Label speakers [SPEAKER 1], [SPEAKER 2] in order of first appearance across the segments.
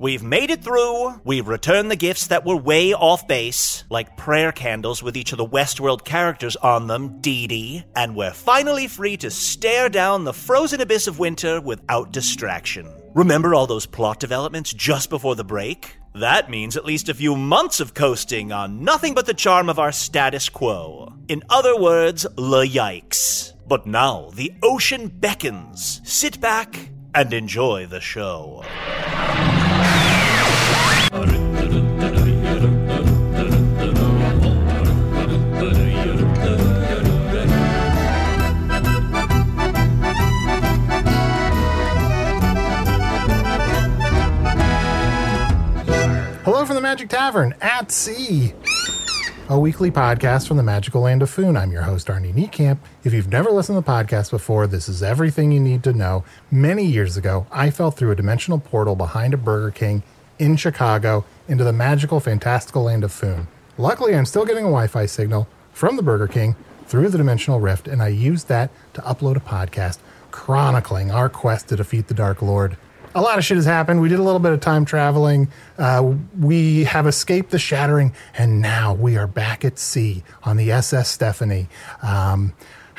[SPEAKER 1] We've made it through. We've returned the gifts that were way off base, like prayer candles with each of the Westworld characters on them, Dee Dee, and we're finally free to stare down the frozen abyss of winter without distraction. Remember all those plot developments just before the break? That means at least a few months of coasting on nothing but the charm of our status quo. In other words, la yikes. But now the ocean beckons. Sit back and enjoy the show.
[SPEAKER 2] Hello from the Magic Tavern at Sea, a weekly podcast from the magical land of Foon. I'm your host, Arnie Niekamp. If you've never listened to the podcast before, this is everything you need to know. Many years ago, I fell through a dimensional portal behind a Burger King in Chicago into the magical, fantastical land of Foon. Luckily, I'm still getting a Wi Fi signal from the Burger King through the dimensional rift, and I used that to upload a podcast chronicling our quest to defeat the Dark Lord a lot of shit has happened. We did a little bit of time traveling. Uh, we have escaped the shattering, and now we are back at sea on the SS Stephanie. Um,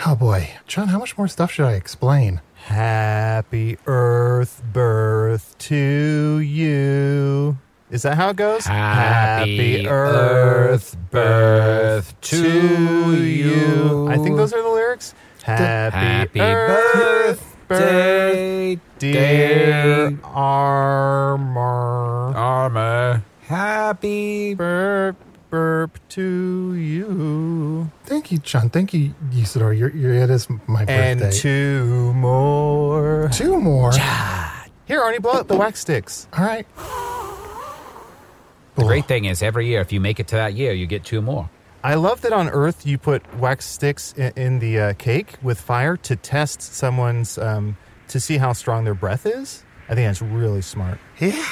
[SPEAKER 2] oh boy, John, how much more stuff should I explain?
[SPEAKER 3] Happy Earth birth to you. Is that how it goes?
[SPEAKER 4] Happy Earth birth to you.
[SPEAKER 3] I think those are the lyrics. Happy,
[SPEAKER 4] Happy
[SPEAKER 3] Earth
[SPEAKER 5] birthday,
[SPEAKER 3] birthday, dear armor.
[SPEAKER 4] Armor.
[SPEAKER 5] Happy
[SPEAKER 3] Burp, burp to you.
[SPEAKER 2] Thank you, John. Thank you, Isidore. You're, you're, it is my
[SPEAKER 3] And
[SPEAKER 2] birthday.
[SPEAKER 3] two more.
[SPEAKER 2] Two more.
[SPEAKER 3] Here, Arnie, blow up the wax sticks.
[SPEAKER 2] All right.
[SPEAKER 4] The great thing is, every year, if you make it to that year, you get two more.
[SPEAKER 3] I love that on Earth you put wax sticks in, in the uh, cake with fire to test someone's um, to see how strong their breath is. I think that's really smart.
[SPEAKER 2] Yeah.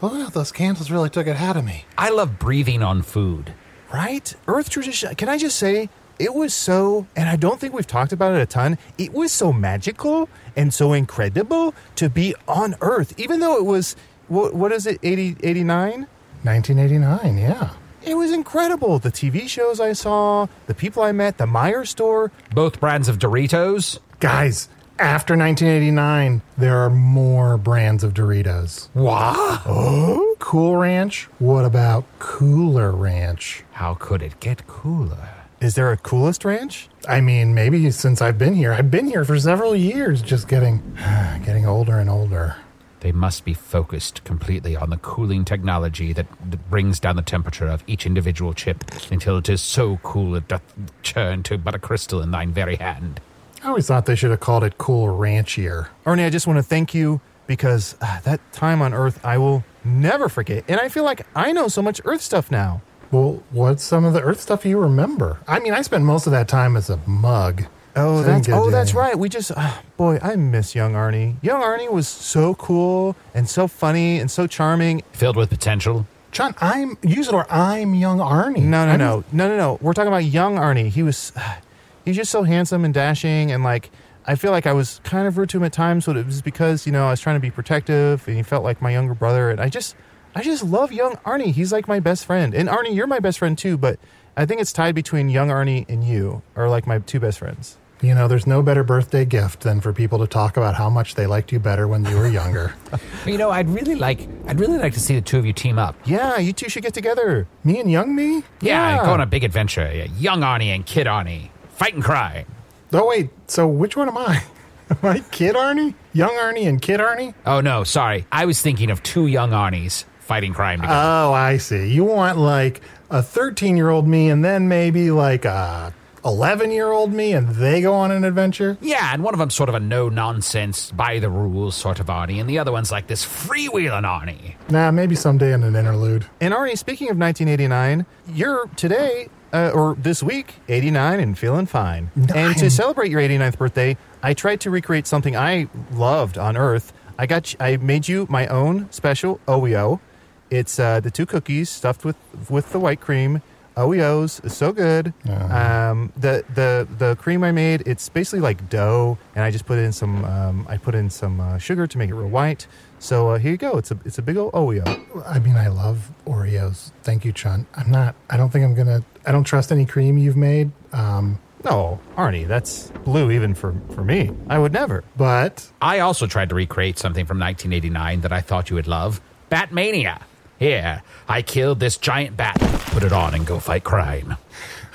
[SPEAKER 2] Blowing out those candles really took it out of me.
[SPEAKER 4] I love breathing on food.
[SPEAKER 3] Right? Earth tradition. Can I just say it was so, and I don't think we've talked about it a ton. It was so magical and so incredible to be on Earth, even though it was what, what is it, 80, 89?
[SPEAKER 2] 1989, yeah.
[SPEAKER 3] It was incredible. The TV shows I saw, the people I met, the Meyer store.
[SPEAKER 4] Both brands of Doritos?
[SPEAKER 2] Guys, after 1989, there are more brands of Doritos.
[SPEAKER 4] Wah!
[SPEAKER 2] Cool Ranch. What about Cooler Ranch?
[SPEAKER 4] How could it get cooler?
[SPEAKER 3] Is there a coolest ranch?
[SPEAKER 2] I mean, maybe since I've been here, I've been here for several years, just getting, getting older and older.
[SPEAKER 4] They must be focused completely on the cooling technology that d- brings down the temperature of each individual chip until it is so cool it doth churn to but a crystal in thine very hand.
[SPEAKER 2] I always thought they should have called it Cool Ranchier.
[SPEAKER 3] Ernie, I just want to thank you because uh, that time on Earth I will never forget. And I feel like I know so much Earth stuff now.
[SPEAKER 2] Well, what's some of the Earth stuff you remember? I mean, I spent most of that time as a mug.
[SPEAKER 3] Oh,
[SPEAKER 2] Didn't
[SPEAKER 3] that's
[SPEAKER 2] get
[SPEAKER 3] oh,
[SPEAKER 2] it,
[SPEAKER 3] that's
[SPEAKER 2] yeah.
[SPEAKER 3] right. We just ah, boy, I miss young Arnie. Young Arnie was so cool and so funny and so charming.
[SPEAKER 4] Filled with potential.
[SPEAKER 2] John, I'm use it or I'm young Arnie.
[SPEAKER 3] No, no,
[SPEAKER 2] I'm-
[SPEAKER 3] no, no, no, no. We're talking about young Arnie. He was he was just so handsome and dashing and like I feel like I was kind of rude to him at times, but it was because you know I was trying to be protective and he felt like my younger brother. And I just I just love young Arnie. He's like my best friend. And Arnie, you're my best friend too. But I think it's tied between young Arnie and you are like my two best friends.
[SPEAKER 2] You know, there's no better birthday gift than for people to talk about how much they liked you better when you were younger.
[SPEAKER 6] You know, I'd really like I'd really like to see the two of you team up.
[SPEAKER 3] Yeah, you two should get together.
[SPEAKER 2] me and young me?
[SPEAKER 3] Yeah.
[SPEAKER 4] Yeah, go on a big adventure. Yeah, Young Arnie and Kid Arnie. Fight and cry.
[SPEAKER 2] Oh wait, so which one am I? Am I kid Arnie? Young Arnie and kid Arnie?
[SPEAKER 4] Oh, no, sorry. I was thinking of two young Arnies fighting crime
[SPEAKER 3] Uh,
[SPEAKER 4] together.
[SPEAKER 2] Oh, I see. You want like a 13 year old me and then maybe like a 11 year old me and they go on an adventure?
[SPEAKER 4] yeah, and one of them's sort of a no nonsense, by the rules sort of Arnie, and the other one's like this freewheeling Arnie.
[SPEAKER 2] Nah, maybe someday in an interlude.
[SPEAKER 3] And Arnie, speaking of 1989, you're today uh, or this week 89 and feeling fine. And to celebrate your 89th birthday, I tried to recreate something I loved on Earth. I got you- I made you my own special OEO. It's uh, the two cookies stuffed with with the white cream. OEOs is so good. Um, the the the cream I made it's basically like dough, and I just put in some um, I put in some uh, sugar to make it real white. So uh, here you go. It's a it's a big old OEO.
[SPEAKER 2] I mean, I love Oreos. Thank you, Chun. I'm not, I don't think I'm gonna, I don't trust any cream you've made, um,
[SPEAKER 3] No, Arnie, that's blue even for, for me. I would never.
[SPEAKER 2] but
[SPEAKER 4] I also tried to recreate something from 1989 that I thought you would love Batmania. Here, I killed this giant bat. Put it on and go fight crime.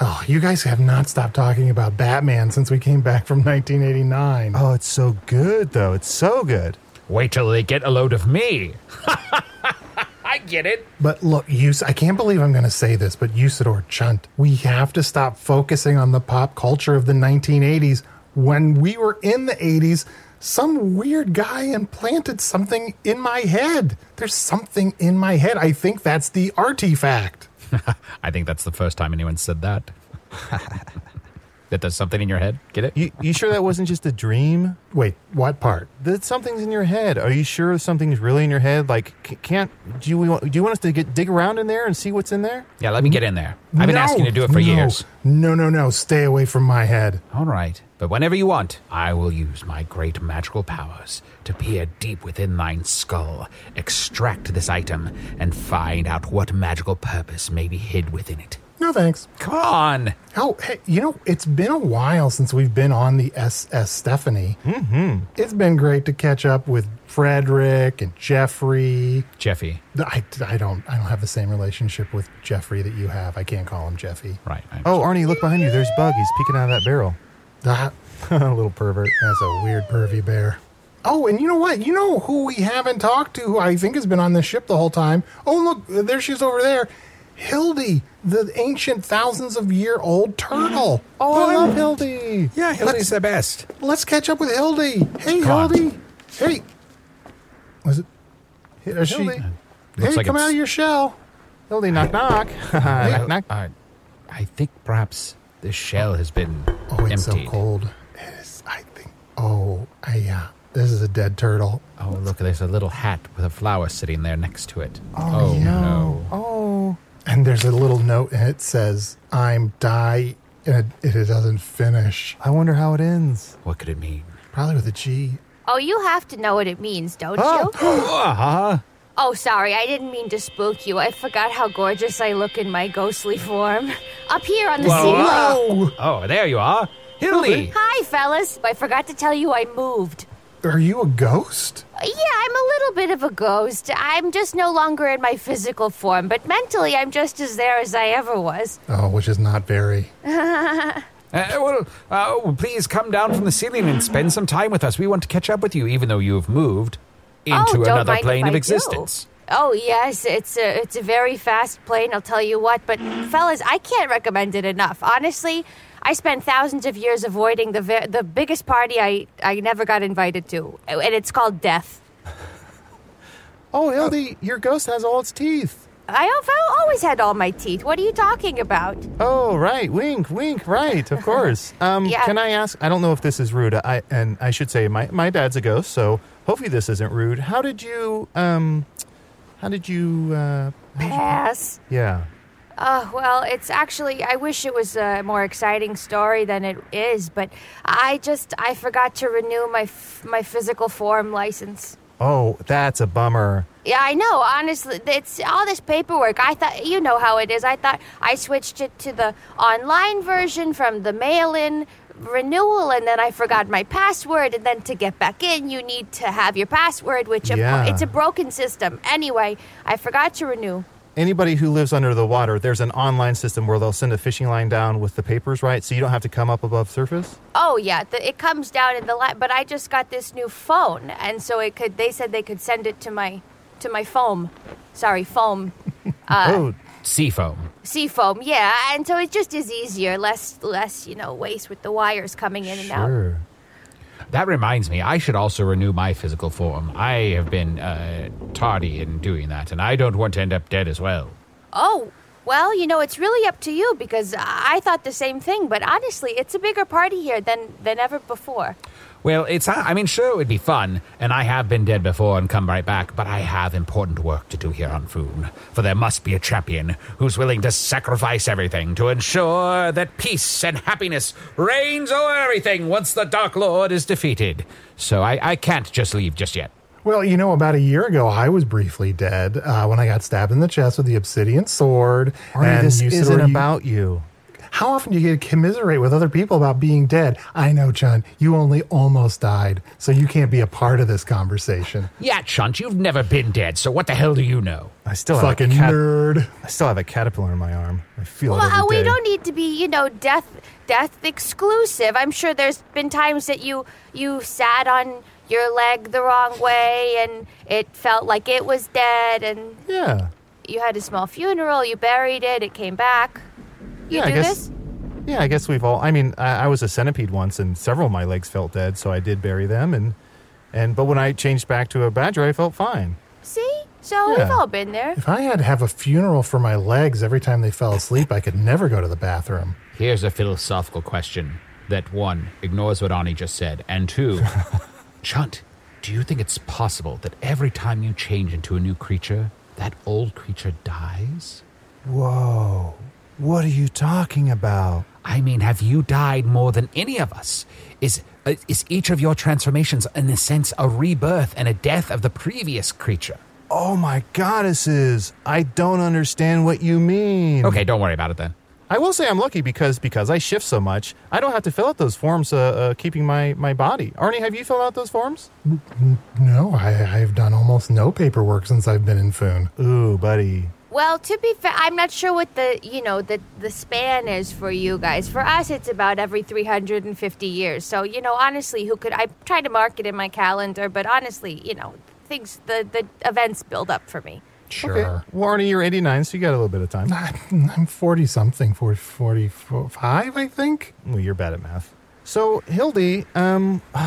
[SPEAKER 2] oh, you guys have not stopped talking about Batman since we came back from 1989.
[SPEAKER 3] Oh, it's so good, though. It's so good.
[SPEAKER 4] Wait till they get a load of me. I get it.
[SPEAKER 2] But look, Yus, I can't believe I'm going to say this, but Usador Chunt, we have to stop focusing on the pop culture of the 1980s. When we were in the 80s, some weird guy implanted something in my head. There's something in my head. I think that's the artifact.
[SPEAKER 4] I think that's the first time anyone said that. that does something in your head. Get it?
[SPEAKER 3] You, you sure that wasn't just a dream?
[SPEAKER 2] Wait, what part?
[SPEAKER 3] That something's in your head. Are you sure something's really in your head? Like, c- can't do you want, do you want us to get dig around in there and see what's in there?
[SPEAKER 4] Yeah, let me get in there. I've been
[SPEAKER 2] No,
[SPEAKER 4] asking you to do it for
[SPEAKER 2] no,
[SPEAKER 4] years.
[SPEAKER 2] No, no, no. Stay away from my head.
[SPEAKER 4] All right. But whenever you want, I will use my great magical powers to peer deep within thine skull, extract this item, and find out what magical purpose may be hid within it.
[SPEAKER 2] No, thanks.
[SPEAKER 4] Come on.
[SPEAKER 2] Oh, hey, you know, it's been a while since we've been on the SS Stephanie. Mm-hmm. It's been great to catch up with Frederick and Jeffrey.
[SPEAKER 4] Jeffy.
[SPEAKER 2] I, I don't I don't have the same relationship with Jeffrey that you have. I can't call him Jeffy.
[SPEAKER 4] Right. I'm-
[SPEAKER 3] Oh, Arnie, look behind you. There's Bug. He's peeking out of that barrel.
[SPEAKER 2] That,
[SPEAKER 3] a little pervert.
[SPEAKER 2] that's a weird pervy bear. Oh, and you know what? You know who we haven't talked to, who I think has been on this ship the whole time. Oh, look, there she is over there. Hildy, the ancient thousands of year old turtle.
[SPEAKER 3] Oh, I love Hildy.
[SPEAKER 6] Yeah, Hildy's the best.
[SPEAKER 2] Let's catch up with Hildy. Hey,
[SPEAKER 4] Come on.
[SPEAKER 2] Hildy. Hey. Was it? Hey, is she,
[SPEAKER 3] Hildy.
[SPEAKER 2] hey
[SPEAKER 4] Looks like
[SPEAKER 2] come
[SPEAKER 4] it's-
[SPEAKER 2] out of your shell.
[SPEAKER 3] Hildy, knock, knock. knock, knock.
[SPEAKER 4] I, I think perhaps this shell has been
[SPEAKER 2] Oh, it's
[SPEAKER 4] emptied.
[SPEAKER 2] so cold. It is, I think. Oh, I, yeah. This is a dead turtle.
[SPEAKER 4] Oh, look, there's a little hat with a flower sitting there next to it.
[SPEAKER 2] Oh, no.
[SPEAKER 3] Oh.
[SPEAKER 2] And there's a little note, and it says, I'm die. And it, it doesn't finish.
[SPEAKER 3] I wonder how it ends.
[SPEAKER 4] What could it mean?
[SPEAKER 2] Probably with a G.
[SPEAKER 7] Oh, you have to know what it means, don't you? oh, sorry, I didn't mean to spook you. I forgot how gorgeous I look in my ghostly form. Up here on the sea.
[SPEAKER 4] Whoa. Oh, there you are. Hildy.
[SPEAKER 7] Hi, fellas. I forgot to tell you I moved. Uh,
[SPEAKER 2] Are you a ghost?
[SPEAKER 7] Yeah, I'm a little bit of a ghost. I'm just no longer in my physical form, but mentally I'm just as there as I ever was.
[SPEAKER 2] Oh, which is not very.
[SPEAKER 4] Uh, well, uh, well, please come down from the ceiling and spend some time with us. We want to catch up with you, even though you've moved
[SPEAKER 7] oh,
[SPEAKER 4] into
[SPEAKER 7] don't
[SPEAKER 4] another
[SPEAKER 7] mind if
[SPEAKER 4] plane
[SPEAKER 7] I
[SPEAKER 4] of
[SPEAKER 7] do.
[SPEAKER 4] existence.
[SPEAKER 7] Oh yes, it's a it's a very fast plane. I'll tell you what, but fellas, I can't recommend it enough. Honestly, I spent thousands of years avoiding the ve- the biggest party I I never got invited to, and it's called death.
[SPEAKER 3] Oh, Hildy, your ghost has all its teeth.
[SPEAKER 7] I al- always had all my teeth. What are you talking about?
[SPEAKER 3] Oh, right. Wink, wink. Right. Of course. Um,
[SPEAKER 7] Yeah.
[SPEAKER 3] Can I ask? I don't know if this is rude. I and I should say my, my dad's a ghost, so hopefully this isn't rude. How did you um, how did you uh,
[SPEAKER 7] Pass.
[SPEAKER 3] yeah.
[SPEAKER 7] Oh, well, it's actually, I wish it was a more exciting story than it is, but I just, I forgot to renew my, f- my physical form license.
[SPEAKER 3] Oh, that's a bummer.
[SPEAKER 7] Yeah, I know. Honestly, it's all this paperwork. I thought, you know how it is. I thought I switched it to the online version from the mail in renewal, and then I forgot my password. And then to get back in, you need to have your password, which of
[SPEAKER 3] Yeah.
[SPEAKER 7] course, it's a broken system. Anyway, I forgot to renew.
[SPEAKER 3] Anybody who lives under the water, there's an online system where they'll send a fishing line down with the papers, right? So you don't have to come up above surface.
[SPEAKER 7] Oh yeah, the, it comes down in the line. But I just got this new phone, and so it could. They said they could send it to my to my foam. Sorry, foam.
[SPEAKER 3] oh,
[SPEAKER 4] Seafoam.
[SPEAKER 7] seafoam yeah and so it just is easier less less you know waste with the wires coming in and out
[SPEAKER 3] sure.
[SPEAKER 4] That reminds me, I should also renew my physical form. I have been uh, tardy in doing that, and I don't want to end up dead as well.
[SPEAKER 7] oh well you know it's really up to you because i thought the same thing but honestly it's a bigger party here than than ever before
[SPEAKER 4] Well, it's, I mean, sure, it would be fun, and I have been dead before and come right back, but I have important work to do here on Foon. For there must be a champion who's willing to sacrifice everything to ensure that peace and happiness reigns over everything once the Dark Lord is defeated. So I, I can't just leave just yet.
[SPEAKER 2] Well, you know, about a year ago, I was briefly dead uh, when I got stabbed in the chest with the obsidian sword.
[SPEAKER 3] Arnie, this
[SPEAKER 2] you said,
[SPEAKER 3] isn't
[SPEAKER 2] "Are you-
[SPEAKER 3] about you.
[SPEAKER 2] How often do you get to commiserate with other people about being dead? I know, Chun, you only almost died, so you can't be a part of this conversation.
[SPEAKER 4] Yeah, Chunt, you've never been dead, so what the hell do you know?
[SPEAKER 3] I still
[SPEAKER 2] Fucking
[SPEAKER 3] have a cat-
[SPEAKER 2] nerd.
[SPEAKER 3] I still have a caterpillar in my arm. I feel it.
[SPEAKER 7] well uh,
[SPEAKER 3] every
[SPEAKER 7] we
[SPEAKER 3] day.
[SPEAKER 7] don't need to be you know death death exclusive i'm sure there's been times that you you sat on your leg the wrong way and it felt like it was dead and
[SPEAKER 3] Yeah.
[SPEAKER 7] you had a small funeral you buried it it came back you
[SPEAKER 3] Yeah, I
[SPEAKER 7] do
[SPEAKER 3] guess-
[SPEAKER 7] this
[SPEAKER 3] Yeah, I guess we've all. I mean, I, I was a centipede once, and several of my legs felt dead, so I did bury them. And and but when I changed back to a badger, I felt fine.
[SPEAKER 7] See? So we've
[SPEAKER 3] Yeah.
[SPEAKER 7] all been there.
[SPEAKER 2] If I had to have a funeral for my legs every time they fell asleep, I could never go to the bathroom.
[SPEAKER 4] Here's a philosophical question that one ignores what Arnie just said, and two, Chunt, do you think it's possible that every time you change into a new creature, that old creature dies?
[SPEAKER 3] Whoa! What are you talking about?
[SPEAKER 4] I mean, have you died more than any of us? Is uh, is each of your transformations, in a sense, a rebirth and a death of the previous creature?
[SPEAKER 3] Oh my goddesses! I don't understand what you mean.
[SPEAKER 4] Okay, don't worry about it then.
[SPEAKER 3] I will say I'm lucky because because I shift so much, I don't have to fill out those forms. Uh, uh keeping my my body. Arnie, have you filled out those forms?
[SPEAKER 2] No, I, I've done almost no paperwork since I've been in Foon.
[SPEAKER 3] Ooh, buddy.
[SPEAKER 7] Well, to be fair, I'm not sure what the, you know, the the span is for you guys. For us, it's about every 350 years. So, you know, honestly, who could I try to mark it in my calendar, but honestly, you know, things the the events build up for me.
[SPEAKER 4] Sure.
[SPEAKER 3] Okay. Well, Arnie, you're 89, so you got a little bit of time.
[SPEAKER 2] I'm 40 something, 40, 45, I think.
[SPEAKER 3] Well, you're bad at math. So, Hildy, um,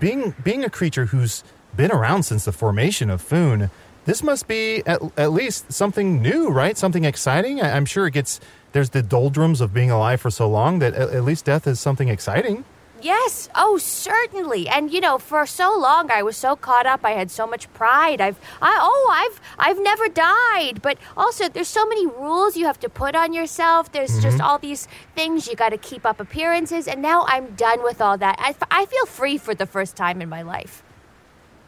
[SPEAKER 3] being being a creature who's been around since the formation of Foon, this must be at, at least something new, right? Something exciting. I, I'm sure it gets. There's the doldrums of being alive for so long that at, at least death is something exciting.
[SPEAKER 7] Yes, oh, certainly. And you know, for so long I was so caught up. I had so much pride. I've I oh, I've I've never died. But also there's so many rules you have to put on yourself. There's just all these things you got to keep up appearances and now I'm done with all that. I, f- I feel free for the first time in my life.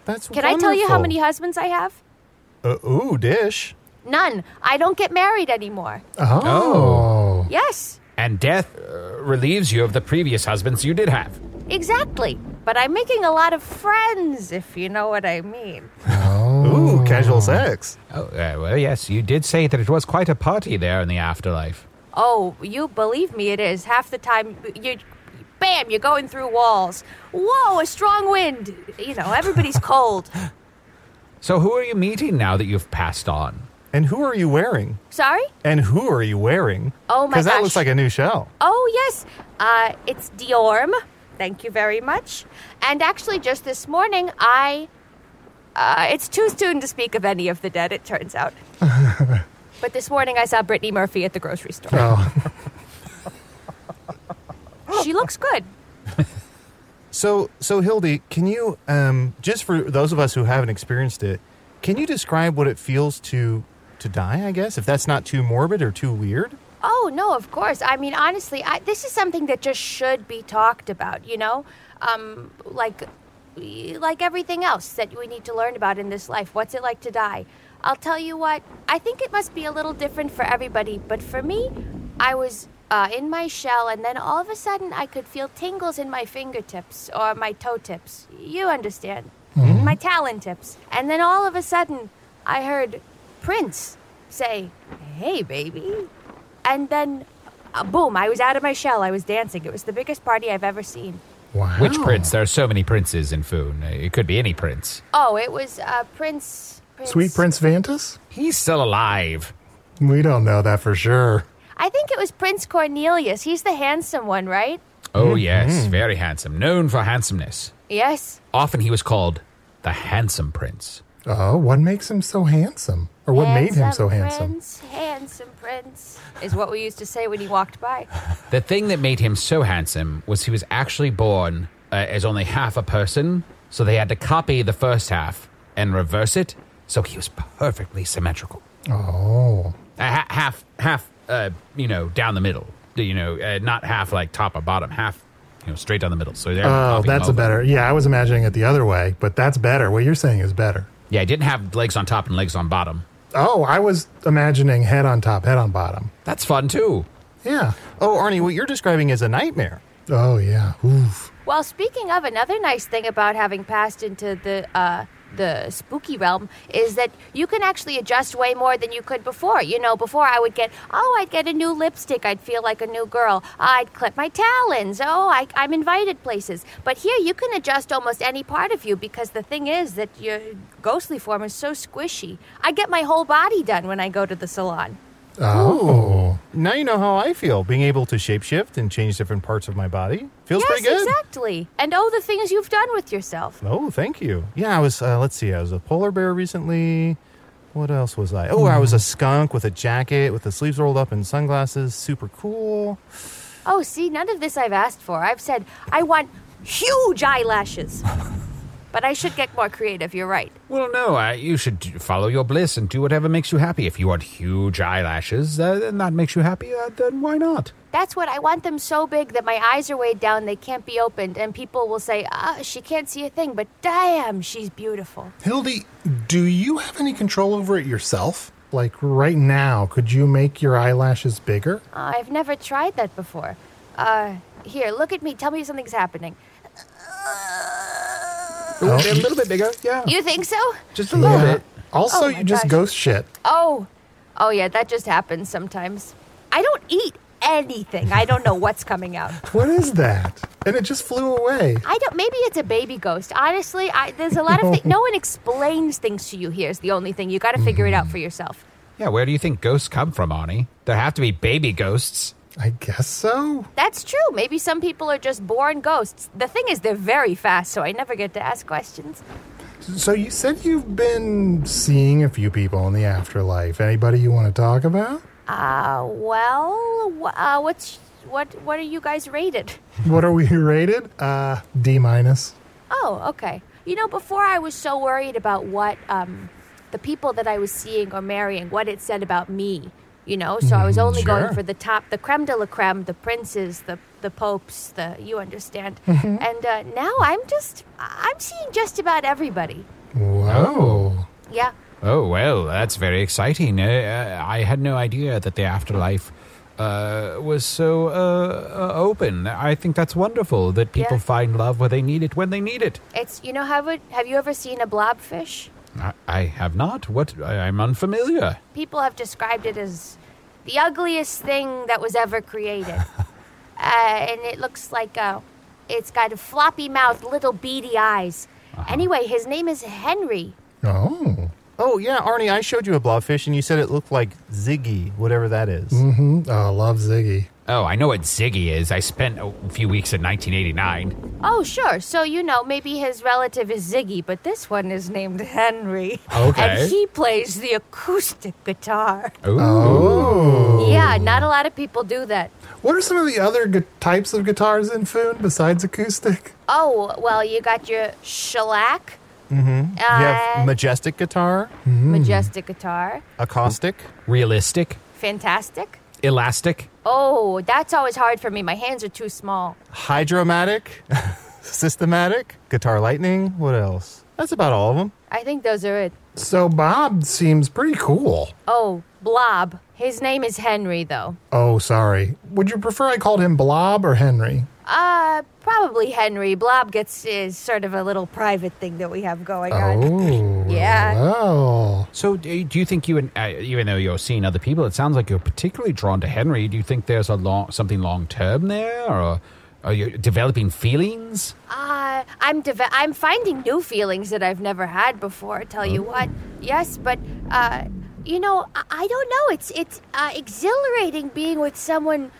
[SPEAKER 3] That's
[SPEAKER 7] Can I tell you how many
[SPEAKER 3] wonderful.
[SPEAKER 7] husbands I have?
[SPEAKER 3] Uh, ooh, dish.
[SPEAKER 7] None. I don't get married anymore.
[SPEAKER 2] Oh.
[SPEAKER 7] Yes.
[SPEAKER 4] And death uh, relieves you of the previous husbands you did have.
[SPEAKER 7] Exactly. But I'm making a lot of friends if you know what I mean.
[SPEAKER 3] Ooh, casual sex.
[SPEAKER 4] Oh, uh, well, yes, you did say that it was quite a party there in the afterlife.
[SPEAKER 7] Oh, you believe me, it is. Half the time, you, bam, you're going through walls. Whoa, a strong wind. You know, everybody's cold.
[SPEAKER 4] So, who are you meeting now that you've passed on?
[SPEAKER 3] And who are you wearing?
[SPEAKER 7] Sorry?
[SPEAKER 3] And who are you wearing?
[SPEAKER 7] Oh my
[SPEAKER 3] Because that
[SPEAKER 7] gosh.
[SPEAKER 3] looks like a new shell.
[SPEAKER 7] Oh, yes. Uh, it's Diorm. Thank you very much. And actually, just this morning, I Uh, it's too soon to speak of any of the dead, it turns out. but this morning I saw Brittany Murphy at the grocery store.
[SPEAKER 2] Oh,
[SPEAKER 7] She looks good.
[SPEAKER 3] So, so Hildy, can you um, just for those of us who haven't experienced it, can you describe what it feels to to die? I guess if that's not too morbid or too weird.
[SPEAKER 7] Oh, no, of course. I mean, honestly, I, this is something that just should be talked about, you know? Um, like, like everything else that we need to learn about in this life. What's it like to die? I'll tell you what, I think it must be a little different for everybody, but for me, I was uh, in my shell, and then all of a sudden I could feel tingles in my fingertips or my toe tips. You understand. My talon tips. And then all of a sudden, I heard Prince say, Hey, baby, and then, uh, boom, I was out of my shell. I was dancing. It was the biggest party I've ever seen.
[SPEAKER 2] wow.
[SPEAKER 4] Which prince? There are so many princes in Foon. It could be any prince.
[SPEAKER 7] Oh, it was uh, Prince, Prince.
[SPEAKER 2] Sweet Prince Vantis?
[SPEAKER 4] He's still alive.
[SPEAKER 2] We don't know that for sure.
[SPEAKER 7] I think it was Prince Cornelius. He's the handsome one, right?
[SPEAKER 4] Oh, yes, very handsome. Known for handsomeness.
[SPEAKER 7] Yes.
[SPEAKER 4] Often he was called the handsome prince.
[SPEAKER 2] Oh, what makes him so handsome? Or what made him so handsome?
[SPEAKER 7] Prince, handsome Prince is what we used to say when he walked by.
[SPEAKER 4] The thing that made him so handsome was he was actually born uh, as only half a person, so they had to copy the first half and reverse it, so he was perfectly symmetrical.
[SPEAKER 2] Oh.
[SPEAKER 4] Uh, ha- half, half, uh, you know, down the middle. You know, uh, not half like top or bottom, half, you know, straight down the middle. So they had to
[SPEAKER 2] Oh,
[SPEAKER 4] copy him
[SPEAKER 2] that's a
[SPEAKER 4] over.
[SPEAKER 2] better. Yeah, I was imagining it the other way, but that's better. What you're saying is better.
[SPEAKER 4] Yeah, he didn't have legs on top and legs on bottom.
[SPEAKER 2] Oh, I was imagining head on top, head on bottom.
[SPEAKER 4] That's fun too.
[SPEAKER 2] Yeah.
[SPEAKER 3] Oh, Arnie, what you're describing is a nightmare.
[SPEAKER 2] Oh, yeah. Oof.
[SPEAKER 7] Well, speaking of another nice thing about having passed into the uh, the spooky realm is that you can actually adjust way more than you could before. You know, before I would get oh, I'd get a new lipstick, I'd feel like a new girl, I'd clip my talons, oh, I, I'm invited places. But here, you can adjust almost any part of you because the thing is that your ghostly form is so squishy. I get my whole body done when I go to the salon.
[SPEAKER 2] Oh.
[SPEAKER 3] Now you know how I feel. Being able to shapeshift and change different parts of my body feels
[SPEAKER 7] yes,
[SPEAKER 3] pretty good.
[SPEAKER 7] exactly. And oh, the things you've done with yourself.
[SPEAKER 3] Oh, thank you. Yeah, I was. Uh, let's see. I was a polar bear recently. What else was I? Oh, I was a
[SPEAKER 7] Mm-hmm.
[SPEAKER 3] skunk with a jacket with the sleeves rolled up and sunglasses. Super cool.
[SPEAKER 7] Oh, see, none of this I've asked for. I've said I want huge eyelashes. but I should get more creative, you're right.
[SPEAKER 4] Well, no, uh, you should d- follow your bliss and do whatever makes you happy. If you want huge eyelashes uh, and that makes you happy, uh, then why not?
[SPEAKER 7] That's what I want them so big that my eyes are weighed down, they can't be opened, and people will say, ah, she can't see a thing, but damn, she's beautiful.
[SPEAKER 2] Hildy, do you have any control over it yourself? Like right now, could you make your eyelashes bigger?
[SPEAKER 7] Uh, I've never tried that before. Uh, here, look at me. Tell me something's happening.
[SPEAKER 4] Ooh, they're a little bit bigger, yeah.
[SPEAKER 7] You think so?
[SPEAKER 4] Just a little bit.
[SPEAKER 2] Also,
[SPEAKER 7] Oh my
[SPEAKER 2] you just
[SPEAKER 7] gosh.
[SPEAKER 2] ghost shit.
[SPEAKER 7] Oh, oh yeah, that just happens sometimes. I don't eat anything. I don't know what's coming out.
[SPEAKER 2] What is that? And it just flew away.
[SPEAKER 7] I don't. Maybe it's a baby ghost. Honestly, I, there's a lot of things. No one explains things to you. Here is the only thing you got to figure it out for yourself.
[SPEAKER 4] Yeah, where do you think ghosts come from, Arnie? There have to be baby ghosts.
[SPEAKER 2] I guess so.
[SPEAKER 7] That's true. Maybe some people are just born ghosts. The thing is, they're very fast, so I never get to ask questions.
[SPEAKER 2] So you said you've been seeing a few people in the afterlife. Anybody you want to talk about?
[SPEAKER 7] Uh, well, wh- uh, what's what? What are you guys rated?
[SPEAKER 2] What are we rated? Uh, D minus.
[SPEAKER 7] Oh, okay. You know, before I was so worried about what um, the people that I was seeing or marrying, what it said about me. You know, so I was only
[SPEAKER 2] sure.
[SPEAKER 7] going for the top, the creme de la creme, the princes, the the popes, the you understand. And uh, now I'm just I'm seeing just about everybody.
[SPEAKER 2] Whoa.
[SPEAKER 7] Yeah.
[SPEAKER 4] Oh, well, that's very exciting. Uh, uh, I had no idea that the afterlife uh, was so uh, uh, open. I think that's wonderful that people
[SPEAKER 7] Yeah.
[SPEAKER 4] find love where they need it when they need it.
[SPEAKER 7] It's you know have it, have you ever seen a blobfish?
[SPEAKER 4] I, I have not. What? I, I'm unfamiliar.
[SPEAKER 7] People have described it as the ugliest thing that was ever created. uh, and it looks like a, it's got a floppy mouth, little beady eyes. Anyway, his name is Henry.
[SPEAKER 2] Oh.
[SPEAKER 3] Oh yeah, Arnie, I showed you a blobfish and you said it looked like Ziggy, whatever that is.
[SPEAKER 2] Mm-hmm. Oh, I love Ziggy.
[SPEAKER 4] Oh, I know what Ziggy is. I spent a few weeks in 1989.
[SPEAKER 7] Oh, sure. So, you know, maybe his relative is Ziggy, but this one is named Henry.
[SPEAKER 4] Okay.
[SPEAKER 7] And he plays the acoustic guitar.
[SPEAKER 4] Ooh.
[SPEAKER 7] Yeah, not a lot of people do that.
[SPEAKER 2] What are some of the other gu- types of guitars in Foon besides acoustic?
[SPEAKER 7] Oh, well, you got your shellac, mm-hmm. uh,
[SPEAKER 3] You have majestic guitar,
[SPEAKER 7] majestic guitar,
[SPEAKER 3] acoustic.
[SPEAKER 4] Realistic,
[SPEAKER 7] fantastic.
[SPEAKER 4] elastic.
[SPEAKER 7] Oh, that's always hard for me. My hands are too small.
[SPEAKER 3] hydromatic, systematic, guitar lightning. What else? That's about all of them.
[SPEAKER 7] I think those are it.
[SPEAKER 2] So Bob seems pretty cool.
[SPEAKER 7] Oh, Blob. His name is Henry, though.
[SPEAKER 2] Oh, sorry. Would you prefer I called him Blob or Henry?
[SPEAKER 7] Uh, probably Henry. Blob gets is sort of a little private thing that we have going on.
[SPEAKER 2] Oh,
[SPEAKER 7] Yeah.
[SPEAKER 2] Well,
[SPEAKER 4] So, do do you think you, and uh, even though you're seeing other people, it sounds like you're particularly drawn to Henry. Do you think there's a long, something long term there, or are you developing feelings?
[SPEAKER 7] Uh, I'm deve- I'm finding new feelings that I've never had before. Tell you what, yes, but uh, you know, I, I don't know. It's it's uh, exhilarating being with someone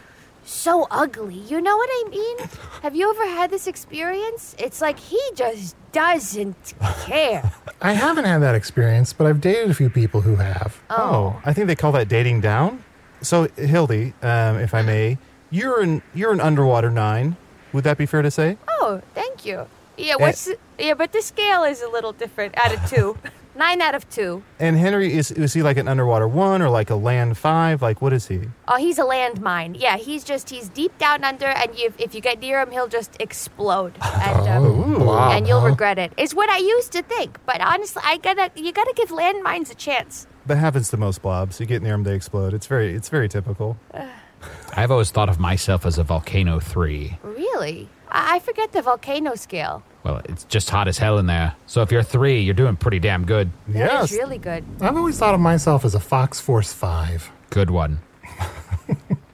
[SPEAKER 7] so ugly. You know what I mean? have you ever had this experience? It's like he just doesn't care.
[SPEAKER 2] I haven't had that experience, but I've dated a few people who have.
[SPEAKER 3] Oh, I think they call that dating down. So, Hildy, um, if I may, you're an you're an underwater nine. Would that be fair to say?
[SPEAKER 7] Oh, thank you. Yeah, what's yeah, but the scale is a little different. Out of two, nine out of two.
[SPEAKER 3] And Henry is is he like an underwater one or like a land five? Like what is he?
[SPEAKER 7] Oh, he's a landmine. Yeah, he's just he's deep down under, and you, if you get near him, he'll just explode, and um,
[SPEAKER 2] Blob,
[SPEAKER 7] and you'll
[SPEAKER 2] huh?
[SPEAKER 7] regret it. Is what I used to think, but honestly, I gotta you gotta give landmines a chance.
[SPEAKER 3] That happens to most blobs. You get near them, they explode. It's very it's very typical.
[SPEAKER 4] I've always thought of myself as a volcano three.
[SPEAKER 7] Really, I, I forget the volcano scale.
[SPEAKER 4] Well, it's just hot as hell in there. So if you're three, you're doing pretty damn good.
[SPEAKER 7] That
[SPEAKER 3] yes.
[SPEAKER 7] is really good.
[SPEAKER 2] I've always thought of myself as a Fox Force 5.
[SPEAKER 4] Good one.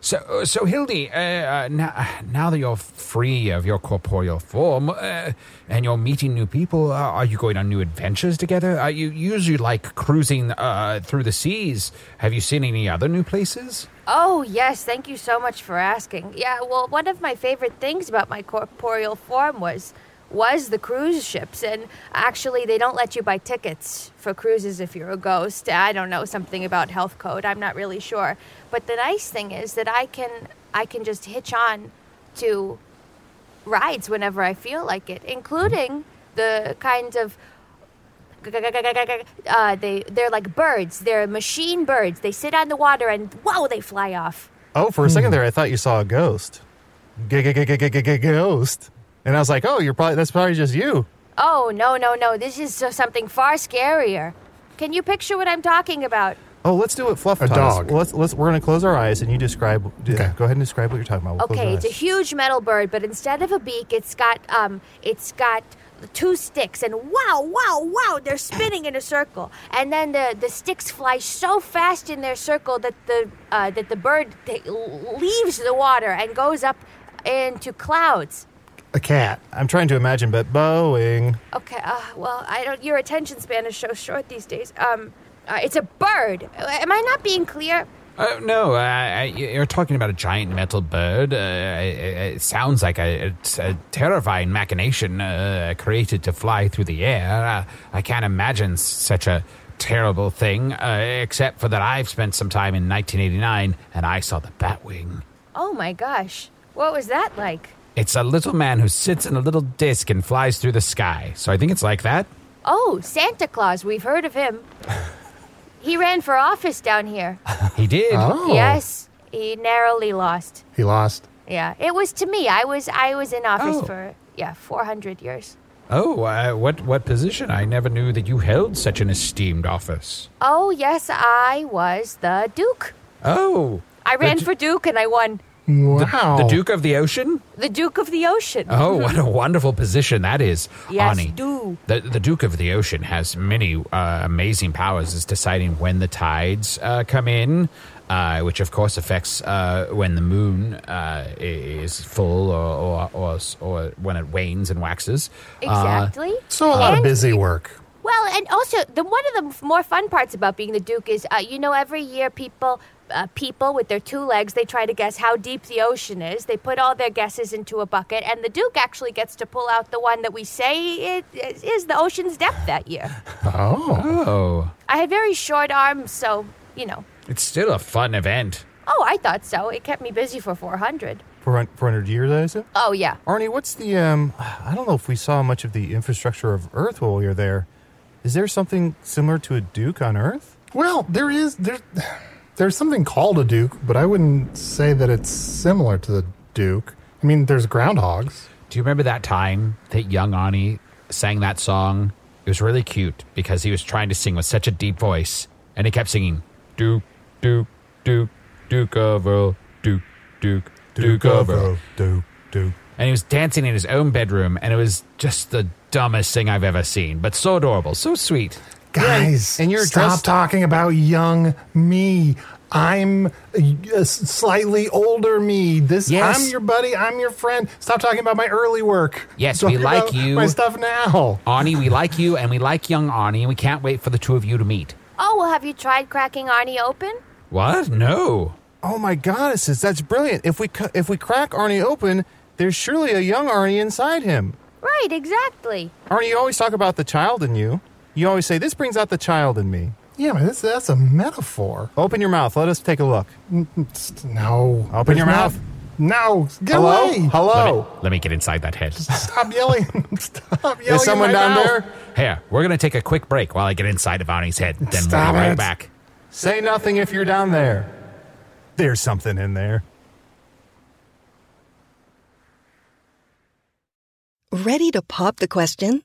[SPEAKER 4] so, so Hildy, uh, uh, now, now that you're free of your corporeal form uh, and you're meeting new people, uh, are you going on new adventures together? Are you usually like cruising uh, through the seas? Have you seen any other new places?
[SPEAKER 7] Oh, yes, thank you so much for asking. Yeah, well, one of my favorite things about my corporeal form was was the cruise ships and actually they don't let you buy tickets for cruises if you're a ghost. I don't know something about health code. I'm not really sure. But the nice thing is that I can I can just hitch on to rides whenever I feel like it, including the kinds of uh, they they're like birds. They're machine birds. They sit on the water and whoa, they fly off.
[SPEAKER 3] Oh, for a second there, I thought you saw a ghost. Ghost. And I was like, oh, you're probably that's probably just you.
[SPEAKER 7] Oh no no no! This is so something far scarier. Can you picture what I'm talking about?
[SPEAKER 3] Oh, let's do it. Fluff
[SPEAKER 2] A
[SPEAKER 3] tongues.
[SPEAKER 2] dog.
[SPEAKER 3] Let's let's we're gonna close our eyes and you describe. d-
[SPEAKER 2] Okay.
[SPEAKER 3] Go ahead and describe what you're talking about. We'll close our
[SPEAKER 7] Okay, it's a
[SPEAKER 3] eyes.
[SPEAKER 7] huge metal bird, but instead of a beak, it's got um, it's got two sticks, and wow, wow, wow, they're spinning in a circle, and then the the sticks fly so fast in their circle that the uh, that the bird t- leaves the water and goes up into clouds.
[SPEAKER 2] A cat.
[SPEAKER 3] I'm trying to imagine, but Boeing.
[SPEAKER 7] Okay, uh, well, I don't. Your attention span is so short these days. Um, uh, it's a bird. Am I not being clear?
[SPEAKER 4] Oh no, uh, I, you're talking about a giant metal bird. Uh, it, it sounds like a, it's a terrifying machination uh, created to fly through the air. Uh, I can't imagine s- such a terrible thing, uh, except for that I've spent some time in 1989 and I saw the Batwing.
[SPEAKER 7] Oh my gosh, what was that like?
[SPEAKER 4] It's a little man who sits in a little disc and flies through the sky. So I think it's like that.
[SPEAKER 7] Oh, Santa Claus. We've heard of him. he ran for office down here.
[SPEAKER 4] He did.
[SPEAKER 2] Oh.
[SPEAKER 7] Yes, he narrowly lost.
[SPEAKER 2] He lost.
[SPEAKER 7] Yeah, it was to me. I was I was in office
[SPEAKER 4] Oh.
[SPEAKER 7] for yeah 400 years.
[SPEAKER 4] Oh, uh, what what position? I never knew that you held such an esteemed office.
[SPEAKER 7] Oh yes, I was the Duke.
[SPEAKER 4] Oh.
[SPEAKER 7] I ran
[SPEAKER 4] Ju-
[SPEAKER 7] for Duke and I won
[SPEAKER 2] Wow.
[SPEAKER 4] The Duke of the Ocean?
[SPEAKER 7] the Duke of the Ocean.
[SPEAKER 4] Oh, what a wonderful position that is,
[SPEAKER 7] Yes,
[SPEAKER 4] Ani.
[SPEAKER 7] do.
[SPEAKER 4] The, the Duke of the Ocean has many uh, amazing powers. Is deciding when the tides uh, come in, uh, which of course affects uh, when the moon uh, i- is full or or, or s- or when it wanes and waxes. Uh,
[SPEAKER 7] Exactly.
[SPEAKER 2] So a lot of
[SPEAKER 7] And-
[SPEAKER 2] busy work.
[SPEAKER 7] Well, and also the one of the f- more fun parts about being the Duke is, uh, you know, every year people uh, people with their two legs. They try to guess how deep the ocean is. They put all their guesses into a bucket, and the Duke actually gets to pull out the one that we say it is is the ocean's depth that year.
[SPEAKER 2] Oh.
[SPEAKER 4] Oh,
[SPEAKER 7] I had very short arms, so, you know.
[SPEAKER 4] it's still a fun event.
[SPEAKER 7] Oh, I thought so. It kept me busy for 400.
[SPEAKER 3] For hun- 400 years, I assume?
[SPEAKER 7] Oh, yeah.
[SPEAKER 3] Arnie, what's the um? I don't know if we saw much of the infrastructure of Earth while we were there. Is there something similar to a Duke on Earth?
[SPEAKER 2] Well, there is there there's something called a duke, but I wouldn't say that it's similar to the duke. I mean, there's groundhogs.
[SPEAKER 4] Do you remember that time that young Ani sang that song? It was really cute because he was trying to sing with such a deep voice, and he kept singing Duke, Duke, Duke, Duke of Earl, Duke, Duke, Duke, of Earl.
[SPEAKER 3] Duke, Duke.
[SPEAKER 4] And he was dancing in his own bedroom, and it was just the dumbest thing I've ever seen, but so adorable, so sweet.
[SPEAKER 2] Guys,
[SPEAKER 3] and you're
[SPEAKER 2] stop
[SPEAKER 3] dressed-
[SPEAKER 2] talking about young me. I'm a slightly older me. This
[SPEAKER 4] Yes.
[SPEAKER 2] I'm your buddy. I'm your friend. Stop talking about my early work.
[SPEAKER 4] Yes,
[SPEAKER 2] Talk
[SPEAKER 4] we like
[SPEAKER 2] about
[SPEAKER 4] you.
[SPEAKER 2] My stuff now.
[SPEAKER 4] Ani, we like you, and we like young Ani, and we can't wait for the two of you to meet.
[SPEAKER 7] Oh, well, have you tried cracking Arnie open?
[SPEAKER 4] What? No.
[SPEAKER 3] Oh my goddesses, that's brilliant! If we cu- if we crack Arnie open, there's surely a young Arnie inside him.
[SPEAKER 7] Right, exactly.
[SPEAKER 3] Arnie, you always talk about the child in you. You always say this brings out the child in me.
[SPEAKER 2] Yeah, man, that's that's a metaphor.
[SPEAKER 3] Open your mouth. Let us take a look.
[SPEAKER 2] No.
[SPEAKER 3] Open
[SPEAKER 2] There's
[SPEAKER 3] your
[SPEAKER 2] not-
[SPEAKER 3] mouth.
[SPEAKER 2] No. Get
[SPEAKER 3] Hello,
[SPEAKER 2] away.
[SPEAKER 3] hello.
[SPEAKER 2] Oh.
[SPEAKER 4] Let me, let me get inside that head.
[SPEAKER 2] Stop yelling. Stop yelling.
[SPEAKER 3] Is someone
[SPEAKER 2] in my
[SPEAKER 3] down
[SPEAKER 2] mouth.
[SPEAKER 3] there?
[SPEAKER 4] Here, we're going to take a quick break while I get inside of Arnie's head, then
[SPEAKER 2] Stop
[SPEAKER 4] we'll be right
[SPEAKER 2] it.
[SPEAKER 4] back.
[SPEAKER 3] Say nothing if you're down there. There's something in there.
[SPEAKER 8] Ready to pop the question?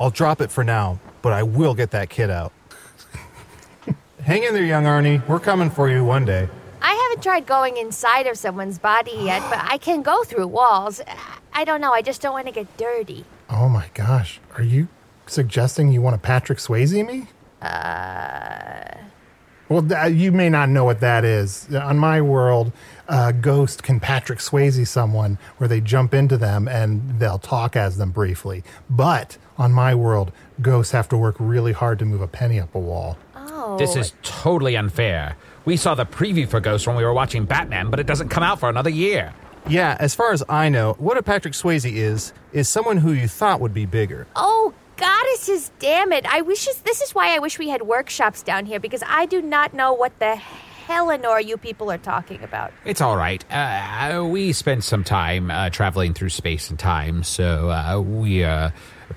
[SPEAKER 3] I'll drop it for now, but I will get that kid out. Hang in there, young Arnie. We're coming for you one day.
[SPEAKER 7] I haven't tried going inside of someone's body yet, but I can go through walls. I don't know, I just don't want to get dirty.
[SPEAKER 2] Oh my gosh. Are you suggesting you want to Patrick Swayze me? Uh. Well, th- you may not know what that is. Uh, On my world, a ghost can Patrick Swayze someone where they jump into them and they'll talk as them briefly. But on my world, ghosts have to work really hard to move a penny up a wall.
[SPEAKER 7] Oh.
[SPEAKER 4] This is totally unfair. We saw the preview for Ghost when we were watching Batman, but it doesn't come out for another year.
[SPEAKER 3] Yeah, as far as I know, what a Patrick Swayze is, is someone who you thought would be bigger.
[SPEAKER 7] Oh, goddesses, damn it. I wish this, this is why I wish we had workshops down here because I do not know what the Helenor you people are talking about.
[SPEAKER 4] It's all right. Uh, we spent some time uh, traveling through space and time, so uh, we uh,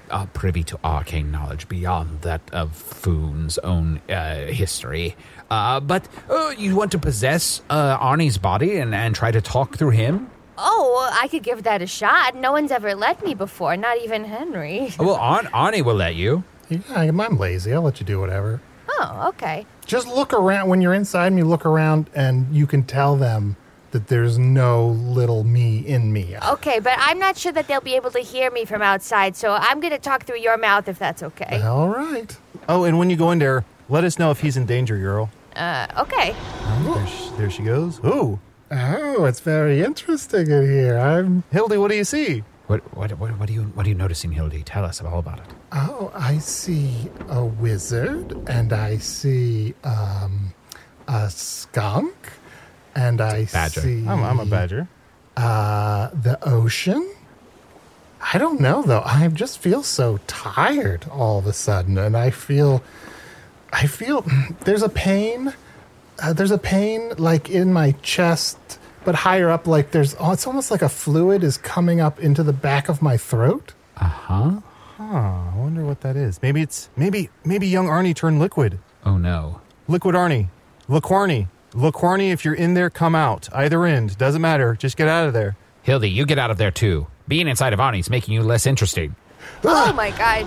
[SPEAKER 4] are privy to arcane knowledge beyond that of Foon's own uh, history. Uh, but uh, you want to possess uh, Arnie's body and, and try to talk through him?
[SPEAKER 7] Oh, I could give that a shot. No one's ever let me before, not even Henry.
[SPEAKER 4] Well, Ar- Arnie will let you.
[SPEAKER 2] Yeah, I'm I'm lazy. I'll let you do whatever.
[SPEAKER 7] Oh, okay.
[SPEAKER 2] just look around when you're inside me look around and you can tell them that there's no little me in me
[SPEAKER 7] Okay, but I'm not sure that they'll be able to hear me from outside, so I'm going to talk through your mouth if that's okay.
[SPEAKER 2] all right
[SPEAKER 3] Oh, and when you go in there, let us know if he's in danger, Earl.
[SPEAKER 7] Uh, okay.
[SPEAKER 3] There, sh- there she goes. Ooh,
[SPEAKER 2] Oh, it's very interesting in here. I'm.
[SPEAKER 3] Hildy, what do you see?
[SPEAKER 4] What, what, what, what, are you, what are you noticing, Hildy? Tell us all about it.
[SPEAKER 2] Oh, I see a wizard, and I see um, a skunk, and I
[SPEAKER 4] badger.
[SPEAKER 2] see.
[SPEAKER 3] I'm, I'm a badger.
[SPEAKER 2] Uh, the ocean. I don't know though. I just feel so tired all of a sudden, and I feel, I feel there's a pain. Uh, there's a pain like in my chest, but higher up, like there's. Oh, it's almost like a fluid is coming up into the back of my throat.
[SPEAKER 3] Huh, I wonder what that is. Maybe it's maybe maybe young Arnie turned liquid.
[SPEAKER 4] Oh, no.
[SPEAKER 3] Liquid Arnie. Laquarnie. Laquarnie, if you're in there, come out. Either end. Doesn't matter. Just get out of there.
[SPEAKER 4] Hildy, you get out of there too. Being inside of Arnie's making you less interesting.
[SPEAKER 7] Oh my god.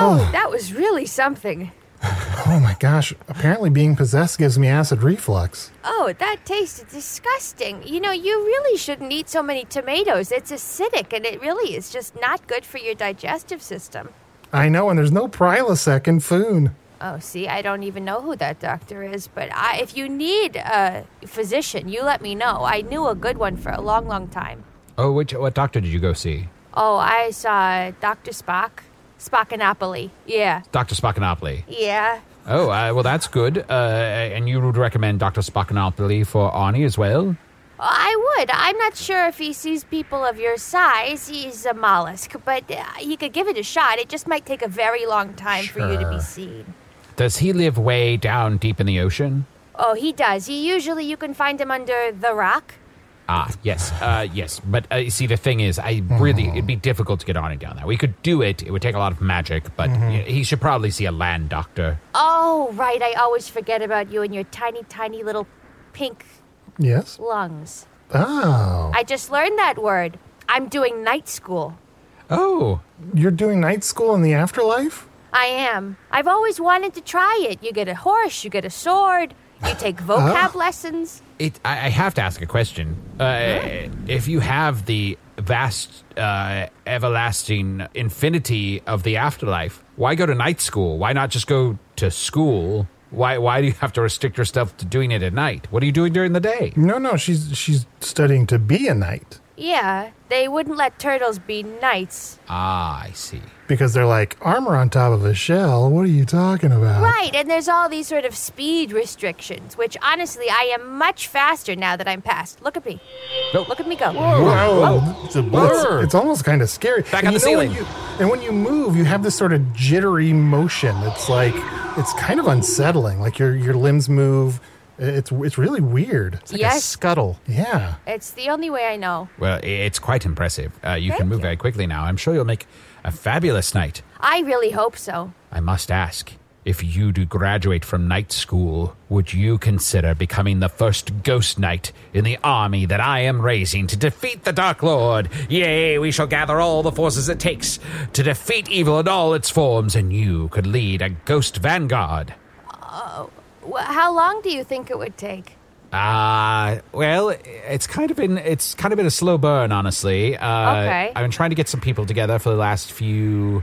[SPEAKER 7] Oh, that was really something.
[SPEAKER 2] Oh my gosh! Apparently, being possessed gives me acid reflux.
[SPEAKER 7] Oh, that tasted disgusting. You know, you really shouldn't eat so many tomatoes. It's acidic and it really is just not good for your digestive system.
[SPEAKER 2] I know, and there's no Prilosec in Foon.
[SPEAKER 7] Oh, see, I don't even know who that doctor is, but I, if you need a physician, you let me know. I knew a good one for a long, long time.
[SPEAKER 4] Oh, which what doctor did you go see?
[SPEAKER 7] Oh, I saw Dr. Spock. Spockinopoly. Yeah.
[SPEAKER 4] Dr. Spockinopoly.
[SPEAKER 7] Yeah.
[SPEAKER 4] Oh, uh, well, that's good. Uh, and you would recommend Dr. Spockinopoly for Arnie as well?
[SPEAKER 7] I would. I'm not sure if he sees people of your size. He's a mollusk, but uh, you could give it a shot. It just might take a very long time for you to be seen.
[SPEAKER 4] Does he live way down deep in the ocean?
[SPEAKER 7] Oh, he does. He usually you can find him under the rock.
[SPEAKER 4] Ah, yes, uh, yes. But uh, you see, the thing is, I really it'd be difficult to get Arnie down there. We could do it; it would take a lot of magic, but y he should probably see a land doctor.
[SPEAKER 7] Oh, right. I always forget about you and your tiny, tiny little pink
[SPEAKER 2] Yes.
[SPEAKER 7] lungs.
[SPEAKER 2] Oh,
[SPEAKER 7] I just learned that word. I'm doing night school.
[SPEAKER 4] Oh,
[SPEAKER 2] you're doing night school in the afterlife.
[SPEAKER 7] I am. I've always wanted to try it. You get a horse, you get a sword, you take vocab lessons.
[SPEAKER 4] it. I, I have to ask a question. Uh, If you have the vast, uh, everlasting infinity of the afterlife, why go to night school? Why not just go to school? Why? Why do you have to restrict yourself to doing it at night? What are you doing during the day?
[SPEAKER 2] No, no, she's she's studying to be a knight
[SPEAKER 7] Yeah, they wouldn't let turtles be knights.
[SPEAKER 4] Ah, I see.
[SPEAKER 2] because they're like armor on top of a shell. What are you talking about?
[SPEAKER 7] Right, and there's all these sort of speed restrictions, which honestly, I am much faster now that I'm past. Look at me. Look at me go.
[SPEAKER 3] Whoa. It's a
[SPEAKER 2] It's,
[SPEAKER 3] blur.
[SPEAKER 2] it's almost kind of scary.
[SPEAKER 4] Back
[SPEAKER 2] And
[SPEAKER 4] on
[SPEAKER 2] you
[SPEAKER 4] the
[SPEAKER 2] know when
[SPEAKER 4] ceiling.
[SPEAKER 2] you- and when you move, you have this sort of jittery motion. It's like it's kind of unsettling. Like your your limbs move. It's it's really weird.
[SPEAKER 3] Like a
[SPEAKER 7] yes,
[SPEAKER 3] scuttle.
[SPEAKER 2] Yeah.
[SPEAKER 7] it's the only way I know.
[SPEAKER 4] Well, i- it's quite impressive. Uh, you can move very quickly now. I'm sure you'll make a fabulous knight.
[SPEAKER 7] I really hope so.
[SPEAKER 4] I must ask if you do graduate from night school, would you consider becoming the first ghost knight in the army that I am raising to defeat the Dark Lord? Yea, we shall gather all the forces it takes to defeat evil in all its forms, and you could lead a ghost vanguard.
[SPEAKER 7] Wh- How long do you think it would take?
[SPEAKER 4] Uh, well, it's kind of been it's kind of been a slow burn, honestly. Uh,
[SPEAKER 7] Okay.
[SPEAKER 4] I've been trying to get some people together for the last few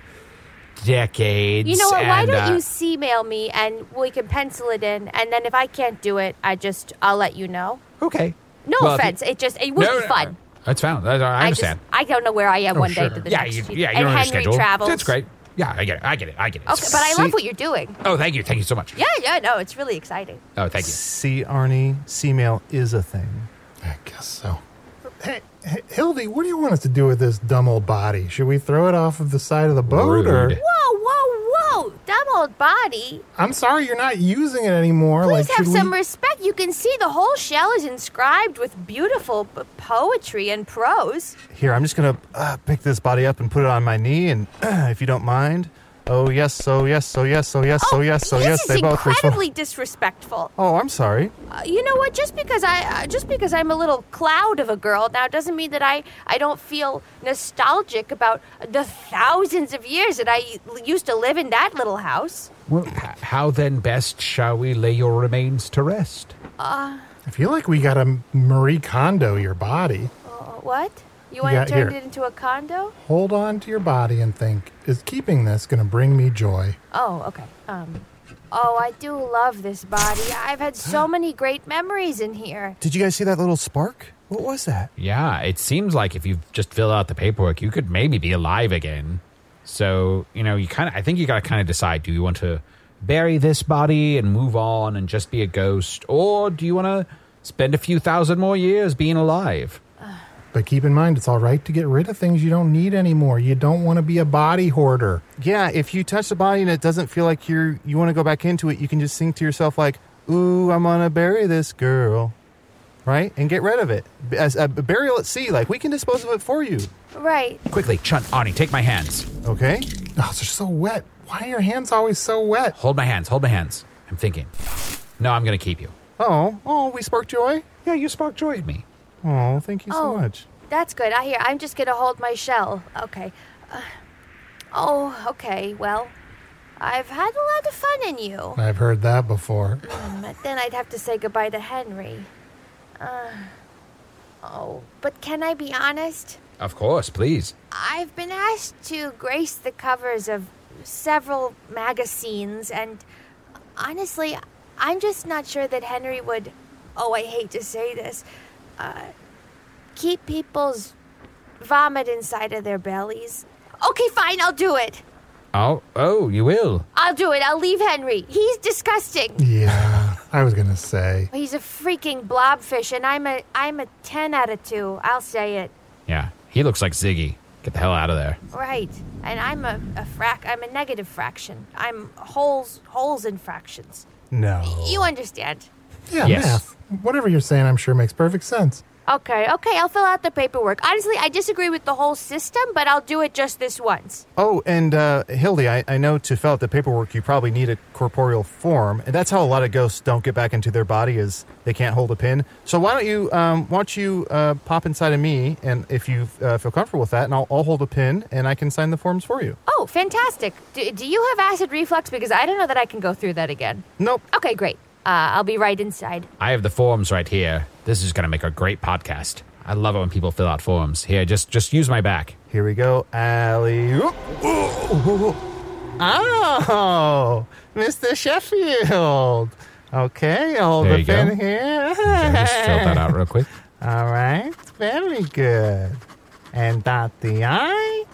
[SPEAKER 4] decades.
[SPEAKER 7] You know what? Why
[SPEAKER 4] and,
[SPEAKER 7] don't
[SPEAKER 4] uh,
[SPEAKER 7] you email me and we can pencil it in, and then if I can't do it, I just I'll let you know.
[SPEAKER 4] Okay.
[SPEAKER 7] No
[SPEAKER 4] Well, if
[SPEAKER 7] offense.
[SPEAKER 4] you-
[SPEAKER 7] It just it would
[SPEAKER 4] No,
[SPEAKER 7] be
[SPEAKER 4] no,
[SPEAKER 7] fun.
[SPEAKER 4] That's fine. That's- I
[SPEAKER 7] I just
[SPEAKER 4] understand. Oh,
[SPEAKER 7] I don't know where I am one day to the
[SPEAKER 4] yeah,
[SPEAKER 7] next.
[SPEAKER 4] you,
[SPEAKER 7] You,
[SPEAKER 4] yeah,
[SPEAKER 7] and
[SPEAKER 4] you're on a
[SPEAKER 7] Henry
[SPEAKER 4] schedule.
[SPEAKER 7] travels.
[SPEAKER 4] That's great. Yeah, I get it. I get it. I get it.
[SPEAKER 7] Okay, but I
[SPEAKER 3] See-
[SPEAKER 7] love what you're doing.
[SPEAKER 4] Oh, thank you. Thank you so much.
[SPEAKER 7] Yeah, yeah, no, it's really exciting.
[SPEAKER 4] Oh, thank you.
[SPEAKER 3] See, Arnie, sea mail is a thing.
[SPEAKER 2] I guess so. Hey, H- Hildy, what do you want us to do with this dumb old body? Should we throw it off of the side of the boat, or
[SPEAKER 4] Rude.
[SPEAKER 7] Whoa, whoa, whoa! Dumb old body.
[SPEAKER 2] I'm sorry, you're not using it anymore.
[SPEAKER 7] Please have
[SPEAKER 2] should we-
[SPEAKER 7] some respect. You can see the whole shell is inscribed with beautiful p- poetry and prose.
[SPEAKER 3] Here, I'm just gonna uh, pick this body up and put it on my knee, and if you don't mind. Oh yes, oh yes, oh yes, oh yes, oh, yes, oh
[SPEAKER 7] this
[SPEAKER 3] yes.
[SPEAKER 7] is
[SPEAKER 3] They both respond.
[SPEAKER 7] incredibly disrespectful.
[SPEAKER 3] Oh, I'm sorry.
[SPEAKER 7] Uh, you know what? Just because I, uh, just because I'm a little cloud of a girl now, doesn't mean that I, I don't feel nostalgic about the thousands of years that I used to live in that little house.
[SPEAKER 4] Well, h- how then best shall we lay your remains to rest?
[SPEAKER 2] I feel like we got to Marie Kondo your body.
[SPEAKER 7] Uh, what? You want
[SPEAKER 2] Yeah,
[SPEAKER 7] to turn
[SPEAKER 2] here.
[SPEAKER 7] it into a condo?
[SPEAKER 2] Hold on to your body and think, is keeping this going to bring me joy?
[SPEAKER 7] Oh, okay. Um, Oh, I do love this body. I've had so many great memories in here.
[SPEAKER 3] Did you guys see that little spark? What was that?
[SPEAKER 4] Yeah, it seems like if you just fill out the paperwork, you could maybe be alive again. So, you know, you kind of, I think you got to kind of decide do you want to bury this body and move on and just be a ghost? Or do you want to spend a few thousand more years being alive?
[SPEAKER 2] But keep in mind, it's all right to get rid of things you don't need anymore. You don't want to be a body hoarder.
[SPEAKER 3] Yeah, if you touch the body and it doesn't feel like you're you want to go back into it, you can just think to yourself like, "Ooh, I'm gonna bury this girl," right, and get rid of it. B- As a burial at sea, like we can dispose of it for you.
[SPEAKER 7] Right.
[SPEAKER 4] Quickly, Chun, Arnie, take my hands.
[SPEAKER 3] Okay.
[SPEAKER 2] Oh, they're so wet. Why are your hands always so wet?
[SPEAKER 4] Hold my hands, hold my hands. I'm thinking. No, I'm going to keep you.
[SPEAKER 3] Oh, oh, we spark joy.
[SPEAKER 4] Yeah, you spark joy in me.
[SPEAKER 3] Oh, thank you so
[SPEAKER 7] Oh.
[SPEAKER 3] much.
[SPEAKER 7] That's good. I hear. I'm just gonna hold my shell. Okay. Uh, oh, okay. Well, I've had a lot of fun in you. Um,
[SPEAKER 2] I've heard that before.
[SPEAKER 7] But then I'd have to say goodbye to Henry. Uh, oh, but can I be honest?
[SPEAKER 4] Of course, please.
[SPEAKER 7] I've been asked to grace the covers of several magazines, and honestly, I'm just not sure that Henry would. Oh, I hate to say this. Uh, keep people's vomit inside of their bellies. Okay, fine, I'll do it.
[SPEAKER 4] Oh, oh, you will.
[SPEAKER 7] I'll do it. I'll leave Henry. He's disgusting.
[SPEAKER 2] Yeah, I was going to say.
[SPEAKER 7] He's a freaking blobfish, and I'm a I'm a ten out of two. I'll say it.
[SPEAKER 4] Yeah, he looks like Ziggy. Get the hell out of there.
[SPEAKER 7] Right, and I'm a, a frac. I'm a negative fraction. I'm holes holes in fractions.
[SPEAKER 3] No.
[SPEAKER 7] You understand?
[SPEAKER 2] Yeah,
[SPEAKER 4] Yes.
[SPEAKER 2] math. Whatever you're saying, I'm sure makes perfect sense.
[SPEAKER 7] Okay, okay. I'll fill out the paperwork. Honestly, I disagree with the whole system, but I'll do it just this once.
[SPEAKER 3] Oh, and uh, Hildy, I, I know to fill out the paperwork, you probably need a corporeal form, and that's how a lot of ghosts don't get back into their body is they can't hold a pin. So why don't you, um, why don't you uh, pop inside of me, and if you uh, feel comfortable with that, and I'll, I'll hold a pin, and I can sign the forms for you.
[SPEAKER 7] Oh, fantastic! Do, do you have acid reflux? Because I don't know that I can go through that again.
[SPEAKER 3] Nope.
[SPEAKER 7] Okay, great. Uh, I'll be right inside.
[SPEAKER 4] I have the forms right here. This is going to make a great podcast. I love it when people fill out forms. Here, just just use my back.
[SPEAKER 3] Here we go, Alley. Oh, Mr. Sheffield. Okay, I'll hold
[SPEAKER 4] There
[SPEAKER 3] the
[SPEAKER 4] you go.
[SPEAKER 3] pin here.
[SPEAKER 4] I just filled that out real quick.
[SPEAKER 3] All right, very good. And dot the I,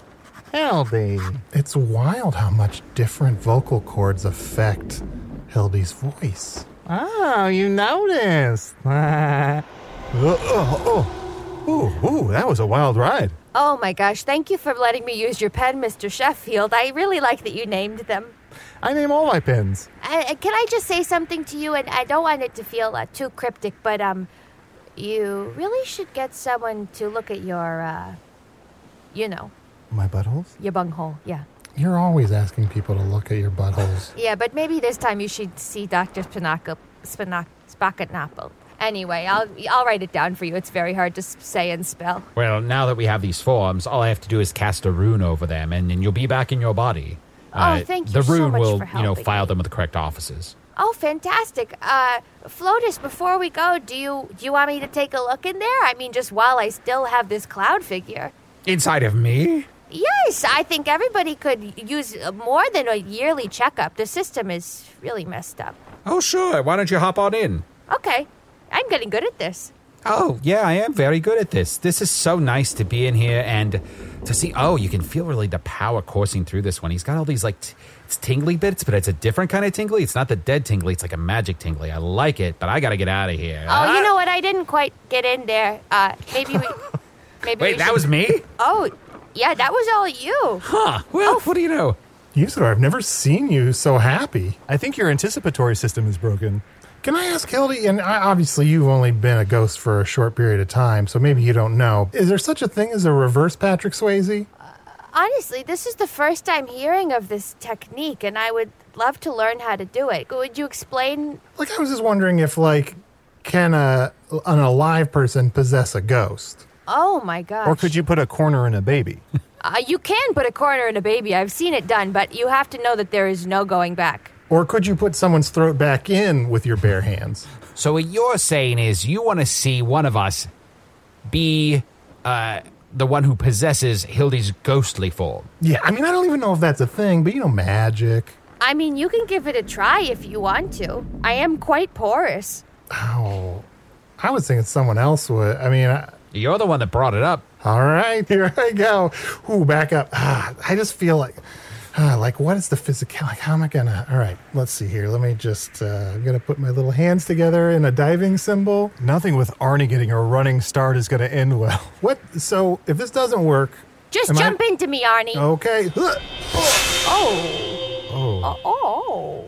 [SPEAKER 3] Hildy.
[SPEAKER 2] It's wild how much different vocal cords affect Hildy's voice. Uh,
[SPEAKER 3] Oh, you noticed. oh, oh, oh. Ooh, ooh, that was a wild ride.
[SPEAKER 7] Oh my gosh! Thank you for letting me use your pen, Mr. Sheffield. I really like that you named them.
[SPEAKER 3] I name all my pins.
[SPEAKER 7] Uh, uh, can I just say something to you? And I don't want it to feel uh, too cryptic, but um, you really should get someone to look at your, uh, you know,
[SPEAKER 3] My buttholes?
[SPEAKER 7] your bunghole. Yeah.
[SPEAKER 2] You're always asking people to look at your buttholes.
[SPEAKER 7] Yeah, but maybe this time you should see Dr. Spinaco, Spinac, Spacketnapple. Anyway, I'll, I'll write it down for you. It's very hard to s- say and spell.
[SPEAKER 4] Well, now that we have these forms, all I have to do is cast a rune over them, and then you'll be back in your body. Uh,
[SPEAKER 7] Oh, thank you
[SPEAKER 4] The
[SPEAKER 7] so
[SPEAKER 4] rune
[SPEAKER 7] much
[SPEAKER 4] will,
[SPEAKER 7] for
[SPEAKER 4] you know,
[SPEAKER 7] helping
[SPEAKER 4] file
[SPEAKER 7] me.
[SPEAKER 4] them with the correct offices.
[SPEAKER 7] Oh, fantastic. Uh, Flotus, before we go, do you, do you want me to take a look in there? I mean, just while I still have this cloud figure.
[SPEAKER 4] Inside of
[SPEAKER 7] Mm.
[SPEAKER 4] me?
[SPEAKER 7] Yes, I think everybody could use more than a yearly checkup. The system is really messed up.
[SPEAKER 4] Oh, sure. Why don't you hop on in?
[SPEAKER 7] Okay, I'm getting good at this.
[SPEAKER 4] Oh, yeah, I am very good at this. This is so nice to be in here and to see. Oh, you can feel really the power coursing through this one. He's got all these like, t- it's tingly bits, but it's a different kind of tingly. It's not the dead tingly, it's like a magic tingly. I like it, but I gotta get out of here.
[SPEAKER 7] Oh, you know what? I didn't quite get in there. Uh, maybe we. Maybe we
[SPEAKER 4] Wait, that
[SPEAKER 7] should-
[SPEAKER 4] was me?
[SPEAKER 7] Oh, yeah, that was all you.
[SPEAKER 4] Huh. Well, what do you know?
[SPEAKER 2] Usador, I've never seen you so happy.
[SPEAKER 3] I think your anticipatory system is broken.
[SPEAKER 2] Can I ask Hildy? And I- obviously, you've only been a ghost for a short period of time, so maybe you don't know. Is there such a thing as a reverse Patrick Swayze?
[SPEAKER 7] Honestly, this is the first time hearing of this technique, and I would love to learn how to do it. Would you explain?
[SPEAKER 2] Like, I was just wondering if, like, can a an alive person possess a ghost?
[SPEAKER 7] Oh my gosh.
[SPEAKER 3] Or could you put a corner in a baby?
[SPEAKER 7] Uh, you can put a corner in a baby. I've seen it done, but you have to know that there is no going back.
[SPEAKER 2] Or could you put someone's throat back in with your bare hands?
[SPEAKER 4] So, what you're saying is you wanna see one of us be uh, the one who possesses Hildy's ghostly form.
[SPEAKER 2] Yeah, I mean, I don't even know if that's a thing, but you know, magic.
[SPEAKER 7] I mean, you can give it a try if you want to. I am quite porous.
[SPEAKER 2] Oh, I was thinking someone else would. I mean, I,
[SPEAKER 4] You're the one that brought it up.
[SPEAKER 2] all right, here I go. Ooh, back up. Ah, I just feel like, ah, like what is the physical? Like, how am I gonna? All right, let's see here. Let me just. Uh, I'm gonna put my little hands together in a diving symbol.
[SPEAKER 3] Nothing with Arnie getting a running start is going to end well.
[SPEAKER 2] What? So if this doesn't work,
[SPEAKER 7] Just
[SPEAKER 2] Am I-
[SPEAKER 7] jump into me, Arnie.
[SPEAKER 2] okay. Ugh.
[SPEAKER 7] Oh. Oh. Oh.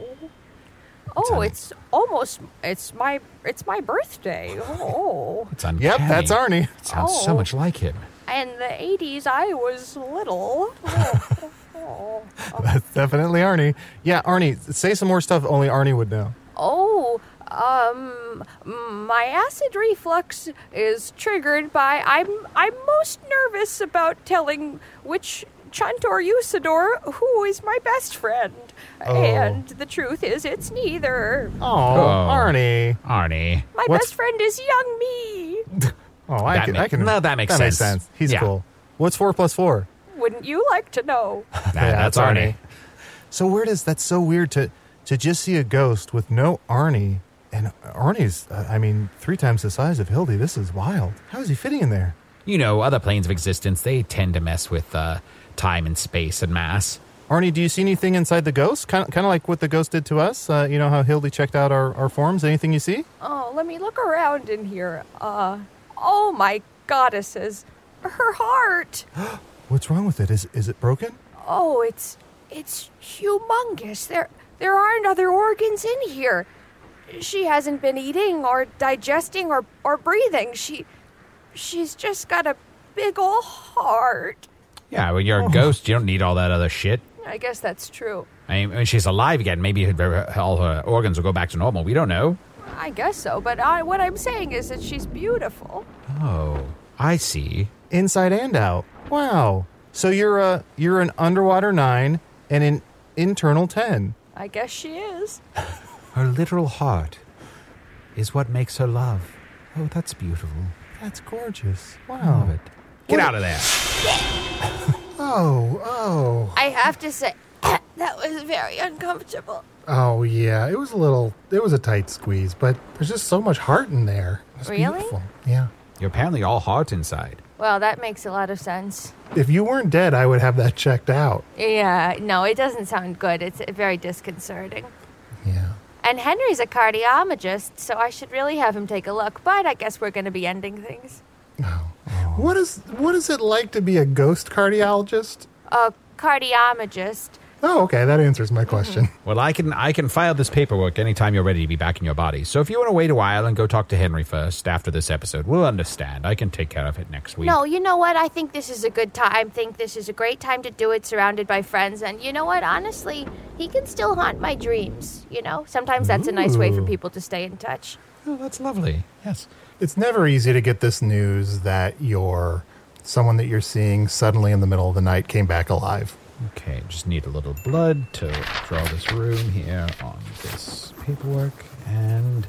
[SPEAKER 7] Oh, it's almost it's my it's my birthday. Oh.
[SPEAKER 4] It's uncanny.
[SPEAKER 3] Yep, that's Arnie.
[SPEAKER 4] Sounds so
[SPEAKER 7] Oh.
[SPEAKER 4] much like him.
[SPEAKER 7] In the 80s I was little. Oh. Oh.
[SPEAKER 3] That's definitely Arnie. Yeah, Arnie, say some more stuff only Arnie would know.
[SPEAKER 7] Oh, um, my acid reflux is triggered by I'm I'm most nervous about telling which Chunt or Usador who is my best friend, and the truth is it's neither.
[SPEAKER 3] Oh, Arnie.
[SPEAKER 4] Arnie.
[SPEAKER 7] My
[SPEAKER 3] What's-
[SPEAKER 7] best friend is young me.
[SPEAKER 3] Oh, I
[SPEAKER 4] That
[SPEAKER 3] can,
[SPEAKER 4] ma-
[SPEAKER 3] I can.
[SPEAKER 4] no, that makes sense.
[SPEAKER 3] He's
[SPEAKER 4] Yeah.
[SPEAKER 3] cool. What's four plus four?
[SPEAKER 7] Wouldn't you like to know?
[SPEAKER 4] Nah, that's Arnie.
[SPEAKER 3] So where does that's so weird to to just see a ghost with no Arnie and Arnie's uh, I mean three times the size of Hildy. This is wild. How is he fitting in there?
[SPEAKER 4] You know, other planes of existence, they tend to mess with uh, time and space and mass.
[SPEAKER 3] Arnie, do you see anything inside the ghost? Kind of, kind of like what the ghost did to us. Uh, you know how Hildy checked out our, our forms. Anything you see?
[SPEAKER 7] Oh, let me look around in here. Uh, oh my goddesses, her heart.
[SPEAKER 3] What's wrong with it? Is is it broken?
[SPEAKER 7] Oh, it's it's humongous. There there aren't other organs in here. She hasn't been eating or digesting or or breathing. She she's just got a big ol' heart.
[SPEAKER 4] Yeah, well, you're a ghost. You don't need all that other shit.
[SPEAKER 7] I guess that's true.
[SPEAKER 4] I mean, when she's alive again, maybe her- all her organs will go back to normal. We don't know.
[SPEAKER 7] I guess so, but I, what I'm saying is that she's beautiful.
[SPEAKER 4] Oh, I see.
[SPEAKER 3] Inside and out. Wow. So you're a you're an underwater nine and an internal ten.
[SPEAKER 7] I guess she is.
[SPEAKER 4] Her literal heart is what makes her love. Oh, that's beautiful.
[SPEAKER 3] That's gorgeous.
[SPEAKER 4] I
[SPEAKER 3] Wow.
[SPEAKER 4] love it. Get out of there.
[SPEAKER 2] Oh, oh,
[SPEAKER 7] I have to say that was very uncomfortable.
[SPEAKER 2] oh, yeah. It was a little. It was a tight squeeze, but there's just so much heart in there. It's
[SPEAKER 7] Really?
[SPEAKER 2] beautiful. Yeah.
[SPEAKER 4] You're apparently all heart inside.
[SPEAKER 7] Well, that makes a lot of sense.
[SPEAKER 2] If you weren't dead, I would have that checked out.
[SPEAKER 7] Yeah, no, it doesn't sound good. It's very disconcerting.
[SPEAKER 2] Yeah.
[SPEAKER 7] And Henry's a cardiologist, so I should really have him take a look. But I guess we're going to be ending things.
[SPEAKER 2] What is what is it like to be a ghost cardiologist?
[SPEAKER 7] A cardiologist.
[SPEAKER 2] Oh, okay, that answers my question.
[SPEAKER 4] Well, I can I can file this paperwork anytime you're ready to be back in your body. So if you want to wait a while and go talk to Henry first after this episode, we'll understand. I can take care of it next week.
[SPEAKER 7] No, you know what? I think this is a good time. I think this is a great time to do it surrounded by friends. And you know what? Honestly, he can still haunt my dreams. You know, sometimes that's a nice way for people to stay in touch.
[SPEAKER 4] Oh, that's lovely. Yes.
[SPEAKER 2] It's never easy to get this news that your someone that you're seeing suddenly in the middle of the night came back alive.
[SPEAKER 4] Okay, just need a little blood to draw this room here on this paperwork, and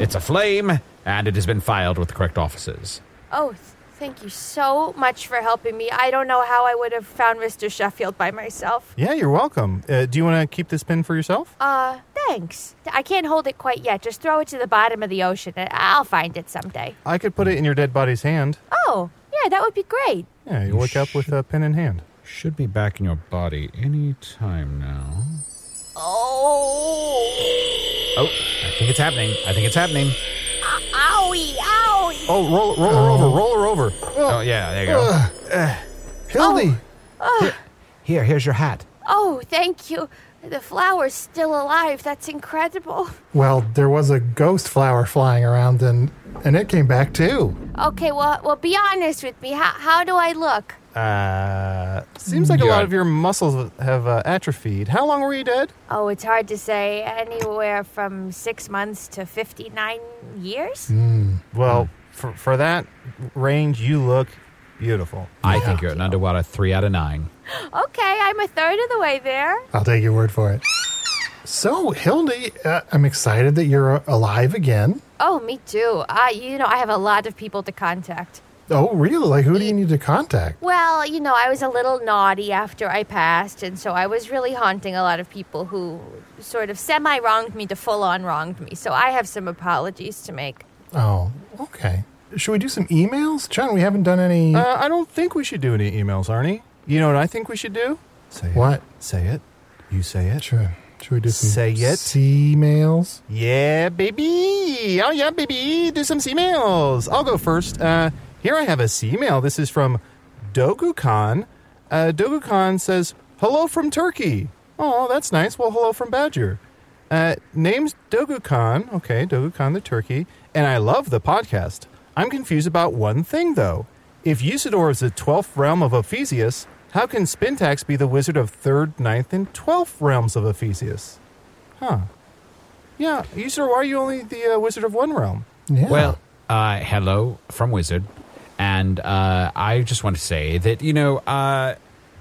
[SPEAKER 4] it's a flame, and it has been filed with the correct officers.
[SPEAKER 7] Oh, th- thank you so much for helping me. I don't know how I would have found Mr. Sheffield by myself.
[SPEAKER 3] Yeah, you're welcome. Uh, do you want to keep this pin for yourself?
[SPEAKER 7] Uh, thanks. I can't hold it quite yet. Just throw it to the bottom of the ocean. and I'll find it someday.
[SPEAKER 3] I could put it in your dead body's hand.
[SPEAKER 7] Oh, yeah, that would be great.
[SPEAKER 3] Yeah, you wake up with a pin in hand.
[SPEAKER 4] Should be back in your body any time now.
[SPEAKER 7] Oh,
[SPEAKER 4] Oh, I think it's happening. I think it's happening.
[SPEAKER 7] owie, owie.
[SPEAKER 3] Oh, roll, roll her over, roll her over. Oh.
[SPEAKER 4] Oh, yeah, there you go.
[SPEAKER 2] Hildy,
[SPEAKER 4] Here, here's your hat.
[SPEAKER 7] Oh, thank you. The flower's still alive. That's incredible.
[SPEAKER 2] well, there was a ghost flower flying around and and it came back too.
[SPEAKER 7] Okay, well, well, be honest with me. How, how do I look?
[SPEAKER 3] Uh, seems like a lot
[SPEAKER 4] Yeah.
[SPEAKER 3] of your muscles have uh, atrophied. How long were you dead?
[SPEAKER 7] Oh, it's hard to say. Anywhere from six months to 59 years?
[SPEAKER 3] Well, for, for that range, you look beautiful.
[SPEAKER 4] I think you're an underwater three out of nine.
[SPEAKER 7] Okay, I'm a third of the way there.
[SPEAKER 2] I'll take your word for it. So, Hildy, uh, I'm excited
[SPEAKER 3] uh,
[SPEAKER 2] that you're alive again.
[SPEAKER 7] Oh, me too. Uh, you know, I have a lot of people to contact.
[SPEAKER 3] Oh, really? Like, who do you need to contact?
[SPEAKER 7] Well, you know, I was a little naughty after I passed, and so I was really haunting a lot of people who sort of semi wronged me to full on wronged me. So I have some apologies to make.
[SPEAKER 3] Oh, okay. Should we do some emails? John, we haven't done any.
[SPEAKER 2] Uh, I don't think we should do any emails, Arnie. You know what I think we should do? Say it.
[SPEAKER 3] What?
[SPEAKER 2] Say it. You say it.
[SPEAKER 3] sure. Should we do some
[SPEAKER 2] Say it.
[SPEAKER 3] emails?
[SPEAKER 2] Yeah, baby. Oh, yeah, baby. Do some emails. I'll go first. Uh, here I have a email. This is from Dogukan. Uh, Dogukan says, Hello from Turkey. Oh, that's nice. Well, hello from Badger. Uh, name's Dogukan. Okay, Dogukan the Turkey. And I love the podcast. I'm confused about one thing, though. If Usador is the 12th realm of Ephesius, how can Spintax be the wizard of 3rd, 9th, and 12th realms of Ephesius? Yeah, you sir, why are you only the uh, Wizard of One Realm?
[SPEAKER 3] Yeah.
[SPEAKER 4] Well, uh, hello from Wizard. And uh, I just want to say that, you know, uh,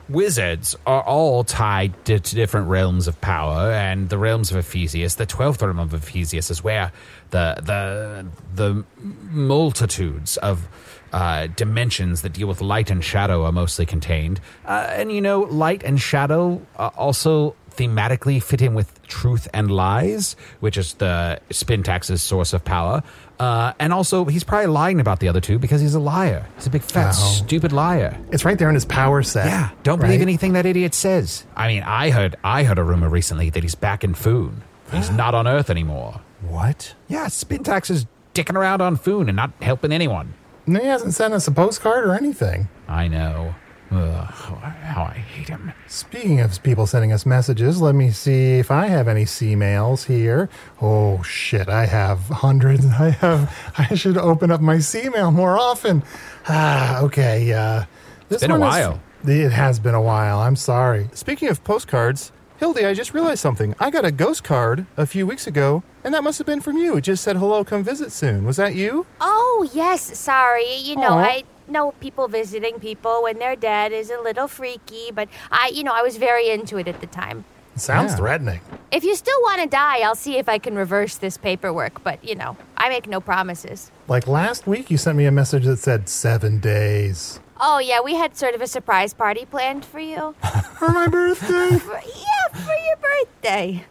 [SPEAKER 4] wizards are all tied to, to different realms of power. And the realms of Ephesius, the 12th realm of Ephesius, is where the, the, the multitudes of uh, dimensions that deal with light and shadow are mostly contained. Uh, and, you know, light and shadow uh, also thematically fit in with truth and lies, which is the Spintax's source of power. Uh, and also, he's probably lying about the other two because he's a liar. He's a big fat, stupid liar.
[SPEAKER 3] it's right there in his power set.
[SPEAKER 4] Yeah, don't believe
[SPEAKER 3] right?
[SPEAKER 4] anything that idiot says. I mean, I heard I heard a rumor recently that he's back in Foon. He's not on Earth anymore.
[SPEAKER 2] What?
[SPEAKER 4] Yeah, Spintax is dicking around on Foon and not helping anyone.
[SPEAKER 3] No, he hasn't sent us a postcard or anything.
[SPEAKER 4] I know. Ugh, how I hate him.
[SPEAKER 3] Speaking of people sending us messages, let me see if I have any C-mails here. Oh shit, I have hundreds. I have. I should open up my C-mail more often. Ah, okay. Uh, this
[SPEAKER 4] been a
[SPEAKER 3] one is-
[SPEAKER 4] while.
[SPEAKER 3] it has been a while. I'm sorry.
[SPEAKER 2] Speaking of postcards, Hildy, I just realized something. I got a ghost card a few weeks ago, and that must have been from you. It just said, hello, come visit soon. Was that you?
[SPEAKER 7] Oh, yes, sorry. You know,
[SPEAKER 2] Aw.
[SPEAKER 7] I know people visiting people when they're dead is a little freaky, but I, you know, I was very into it at the time.
[SPEAKER 3] It sounds
[SPEAKER 2] Yeah.
[SPEAKER 3] threatening.
[SPEAKER 7] If you still want to die, I'll see if I can reverse this paperwork, but, you know, I make no promises.
[SPEAKER 3] Like last week, you sent me a message that said seven days
[SPEAKER 7] Oh, yeah, we had sort of a surprise party planned for you.
[SPEAKER 3] for my birthday.
[SPEAKER 7] For- yeah, for your birthday.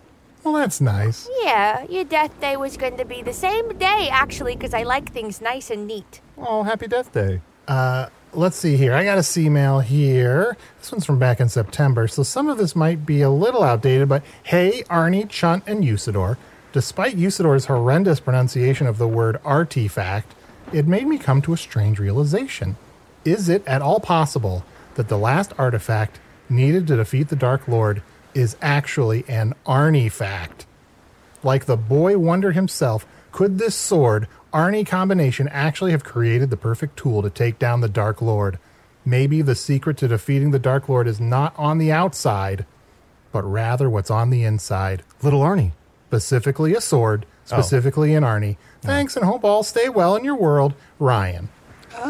[SPEAKER 3] well, that's nice.
[SPEAKER 7] Yeah, your death day was going to be the same day, actually, because I like things nice and neat.
[SPEAKER 2] Oh, happy death day.
[SPEAKER 3] Uh, Let's see here. I got a C-mail here. This one's from back in September, so some of this might be a little outdated, but hey, Arnie, Chunt, and Usador. Despite Usador's horrendous pronunciation of the word artifact, it made me come to a strange realization. Is it at all possible that the last artifact needed to defeat the Dark Lord is actually an artifact? Like the boy wondered himself, could this sword Arnie combination actually have created the perfect tool to take down the Dark Lord? Maybe the secret to defeating the Dark Lord is not on the outside, but rather what's on the inside.
[SPEAKER 2] Little Arnie. Oh.
[SPEAKER 3] Specifically, a sword, specifically an Arnie. Thanks and hope all stay well in your world, Ryan.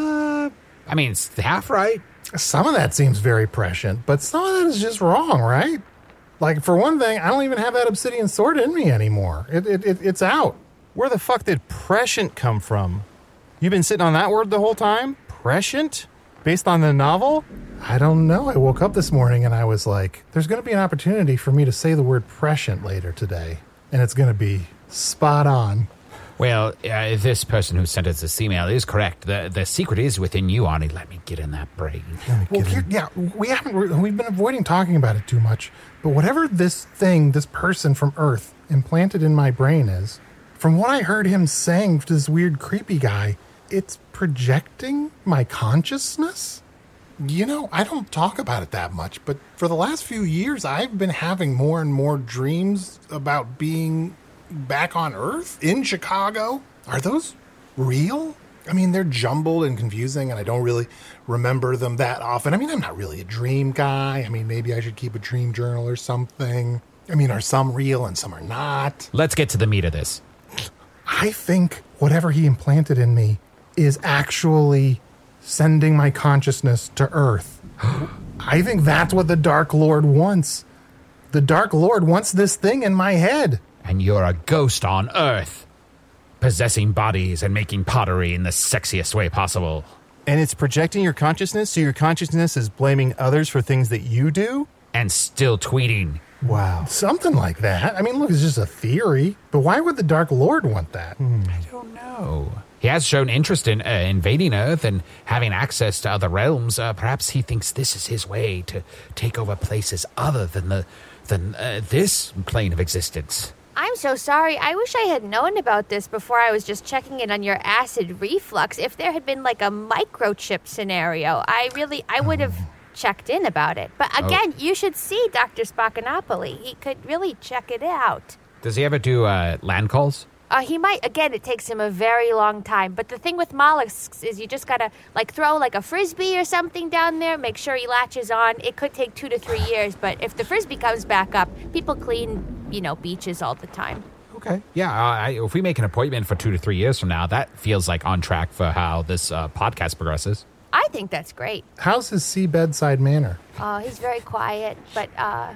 [SPEAKER 4] I mean, it's half right.
[SPEAKER 3] Some of that seems very prescient, but some of that is just wrong, right? Like, for one thing, I don't even have that obsidian sword in me anymore. It, it, it, it's out.
[SPEAKER 2] Where the fuck did prescient come from? You've been sitting on that word the whole time? Prescient? Based on the novel?
[SPEAKER 3] I don't know. I woke up this morning and I was like, there's going to be an opportunity for me to say the word prescient later today, and it's going to be spot on.
[SPEAKER 4] Well, uh, this person who sent us this email is correct. The the secret is within you, Arnie. Let me get in that brain.
[SPEAKER 3] Well, here, yeah, we haven't re- we've been avoiding talking about it too much, but whatever this thing, this person from Earth implanted in my brain is, from what I heard him saying to this weird creepy guy, it's projecting my consciousness. You know, I don't talk about it that much, but for the last few years, I've been having more and more dreams about being back on Earth in Chicago. Are those real? I mean, they're jumbled and confusing, and I don't really remember them that often. I mean, I'm not really a dream guy. I mean, maybe I should keep a dream journal or something. I mean, are some real and some are not?
[SPEAKER 4] Let's get to the meat of this.
[SPEAKER 3] I think whatever he implanted in me is actually sending my consciousness to Earth. I think that's what the Dark Lord wants. The Dark Lord wants this thing in my head.
[SPEAKER 4] And you're a ghost on Earth, possessing bodies and making pottery in the sexiest way possible.
[SPEAKER 3] and it's projecting your consciousness, so your consciousness is blaming others for things that you do.
[SPEAKER 4] and still tweeting.
[SPEAKER 3] Wow.
[SPEAKER 2] Something like that. I mean, look, it's just a theory, but why would the Dark Lord want that?
[SPEAKER 3] Hmm,
[SPEAKER 4] No. He has shown interest in uh, invading Earth and having access to other realms. Uh, perhaps he thinks this is his way to take over places other than the than uh, this plane of existence.
[SPEAKER 7] I'm so sorry. I wish I had known about this before I was just checking in on your acid reflux. If there had been like a microchip scenario, I really I would have checked in about it. But again, you should see Dr. Spacanopoli. He could really check it out.
[SPEAKER 4] Does he ever do uh, land calls?
[SPEAKER 7] Uh, he might again. It takes him a very long time. But the thing with mollusks is you just gotta like throw like a frisbee or something down there. Make sure he latches on. It could take two to three years, but if the frisbee comes back up, people clean you know beaches all the time.
[SPEAKER 4] Okay. Yeah. Uh, I, if we make an appointment for two to three years from now, that feels like on track for how this uh, podcast progresses.
[SPEAKER 7] I think that's great.
[SPEAKER 2] How's his sea bedside manner?
[SPEAKER 7] Uh, he's very quiet, but uh,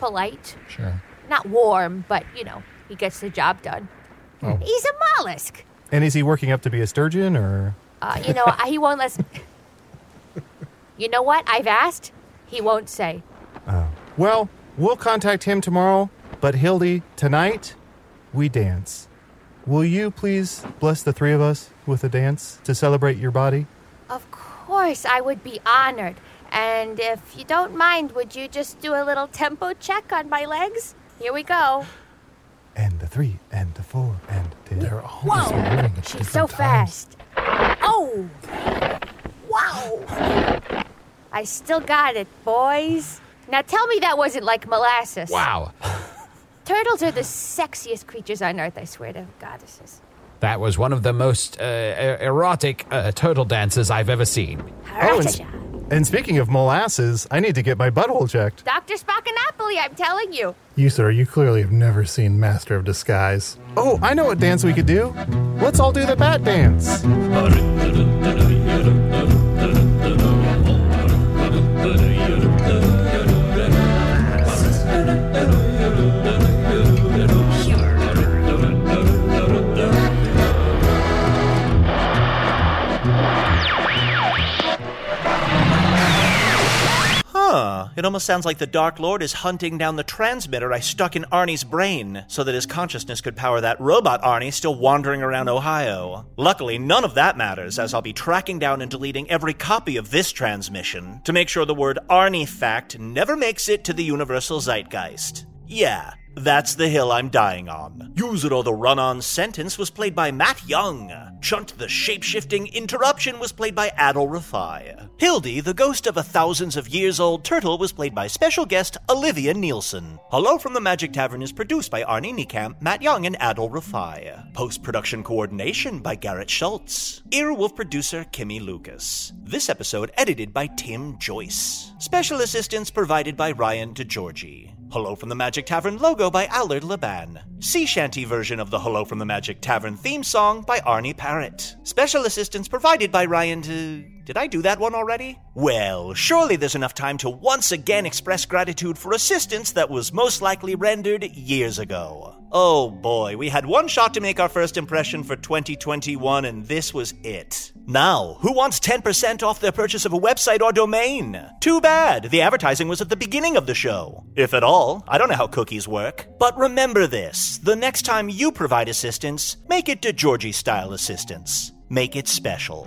[SPEAKER 7] polite.
[SPEAKER 2] Sure.
[SPEAKER 7] Not warm, but you know he gets the job done. He's a mollusk.
[SPEAKER 3] And is he working up to be a sturgeon or?
[SPEAKER 7] Uh, you know I- he won't let. us- you know what? I've asked. He won't say.
[SPEAKER 3] Well, we'll contact him tomorrow, but Hildy, tonight we dance. Will you please bless the three of us with a dance to celebrate your body?
[SPEAKER 7] Of course, I would be honored. And if you don't mind, would you just do a little tempo check on my legs? Here we go.
[SPEAKER 3] And the three, and the four, and the.
[SPEAKER 2] They're always moving at
[SPEAKER 7] She's
[SPEAKER 2] different
[SPEAKER 7] so
[SPEAKER 2] times.
[SPEAKER 7] fast. Oh! Wow! I still got it, boys. Now tell me that wasn't like molasses.
[SPEAKER 4] Wow.
[SPEAKER 7] Turtles are the sexiest creatures on earth, I swear to goddesses.
[SPEAKER 4] That was one of the most uh, er- erotic uh, turtle dances I've ever seen.
[SPEAKER 3] Oh, and,
[SPEAKER 7] Harasha.
[SPEAKER 3] and speaking of molasses, I need to get my butthole checked.
[SPEAKER 7] Dr. Spacanopoli, I'm telling you.
[SPEAKER 2] You, sir, you clearly have never seen Master of Disguise.
[SPEAKER 3] Oh, I know what dance we could do. Let's all do the bat dance.
[SPEAKER 1] Huh. It almost sounds like the Dark Lord is hunting down the transmitter I stuck in Arnie's brain so that his consciousness could power that robot Arnie still wandering around Ohio. Luckily, none of that matters, as I'll be tracking down and deleting every copy of this transmission to make sure the word Arnie fact never makes it to the universal zeitgeist. Yeah, that's the hill I'm dying on. User of the run on sentence was played by Matt Young. Chunt the shapeshifting interruption was played by Adol Rafai. Hildy, the ghost of a thousands of years old turtle, was played by special guest Olivia Nielsen. Hello from the Magic Tavern is produced by Arnie Niekamp, Matt Young, and Adol Rafai. Post production coordination by Garrett Schultz. Earwolf producer Kimmy Lucas. This episode edited by Tim Joyce. Special assistance provided by Ryan DeGiorgi. Hello from the Magic Tavern logo by Allard Laban. Sea shanty version of the Hello from the Magic Tavern theme song by Arnie Parrott. Special assistance provided by Ryan to. Did I do that one already? Well, surely there's enough time to once again express gratitude for assistance that was most likely rendered years ago. Oh boy, we had one shot to make our first impression for 2021, and this was it. Now, who wants 10% off their purchase of a website or domain? Too bad, the advertising was at the beginning of the show. If at all, I don't know how cookies work. But remember this the next time you provide assistance, make it to Georgie style assistance. Make it special.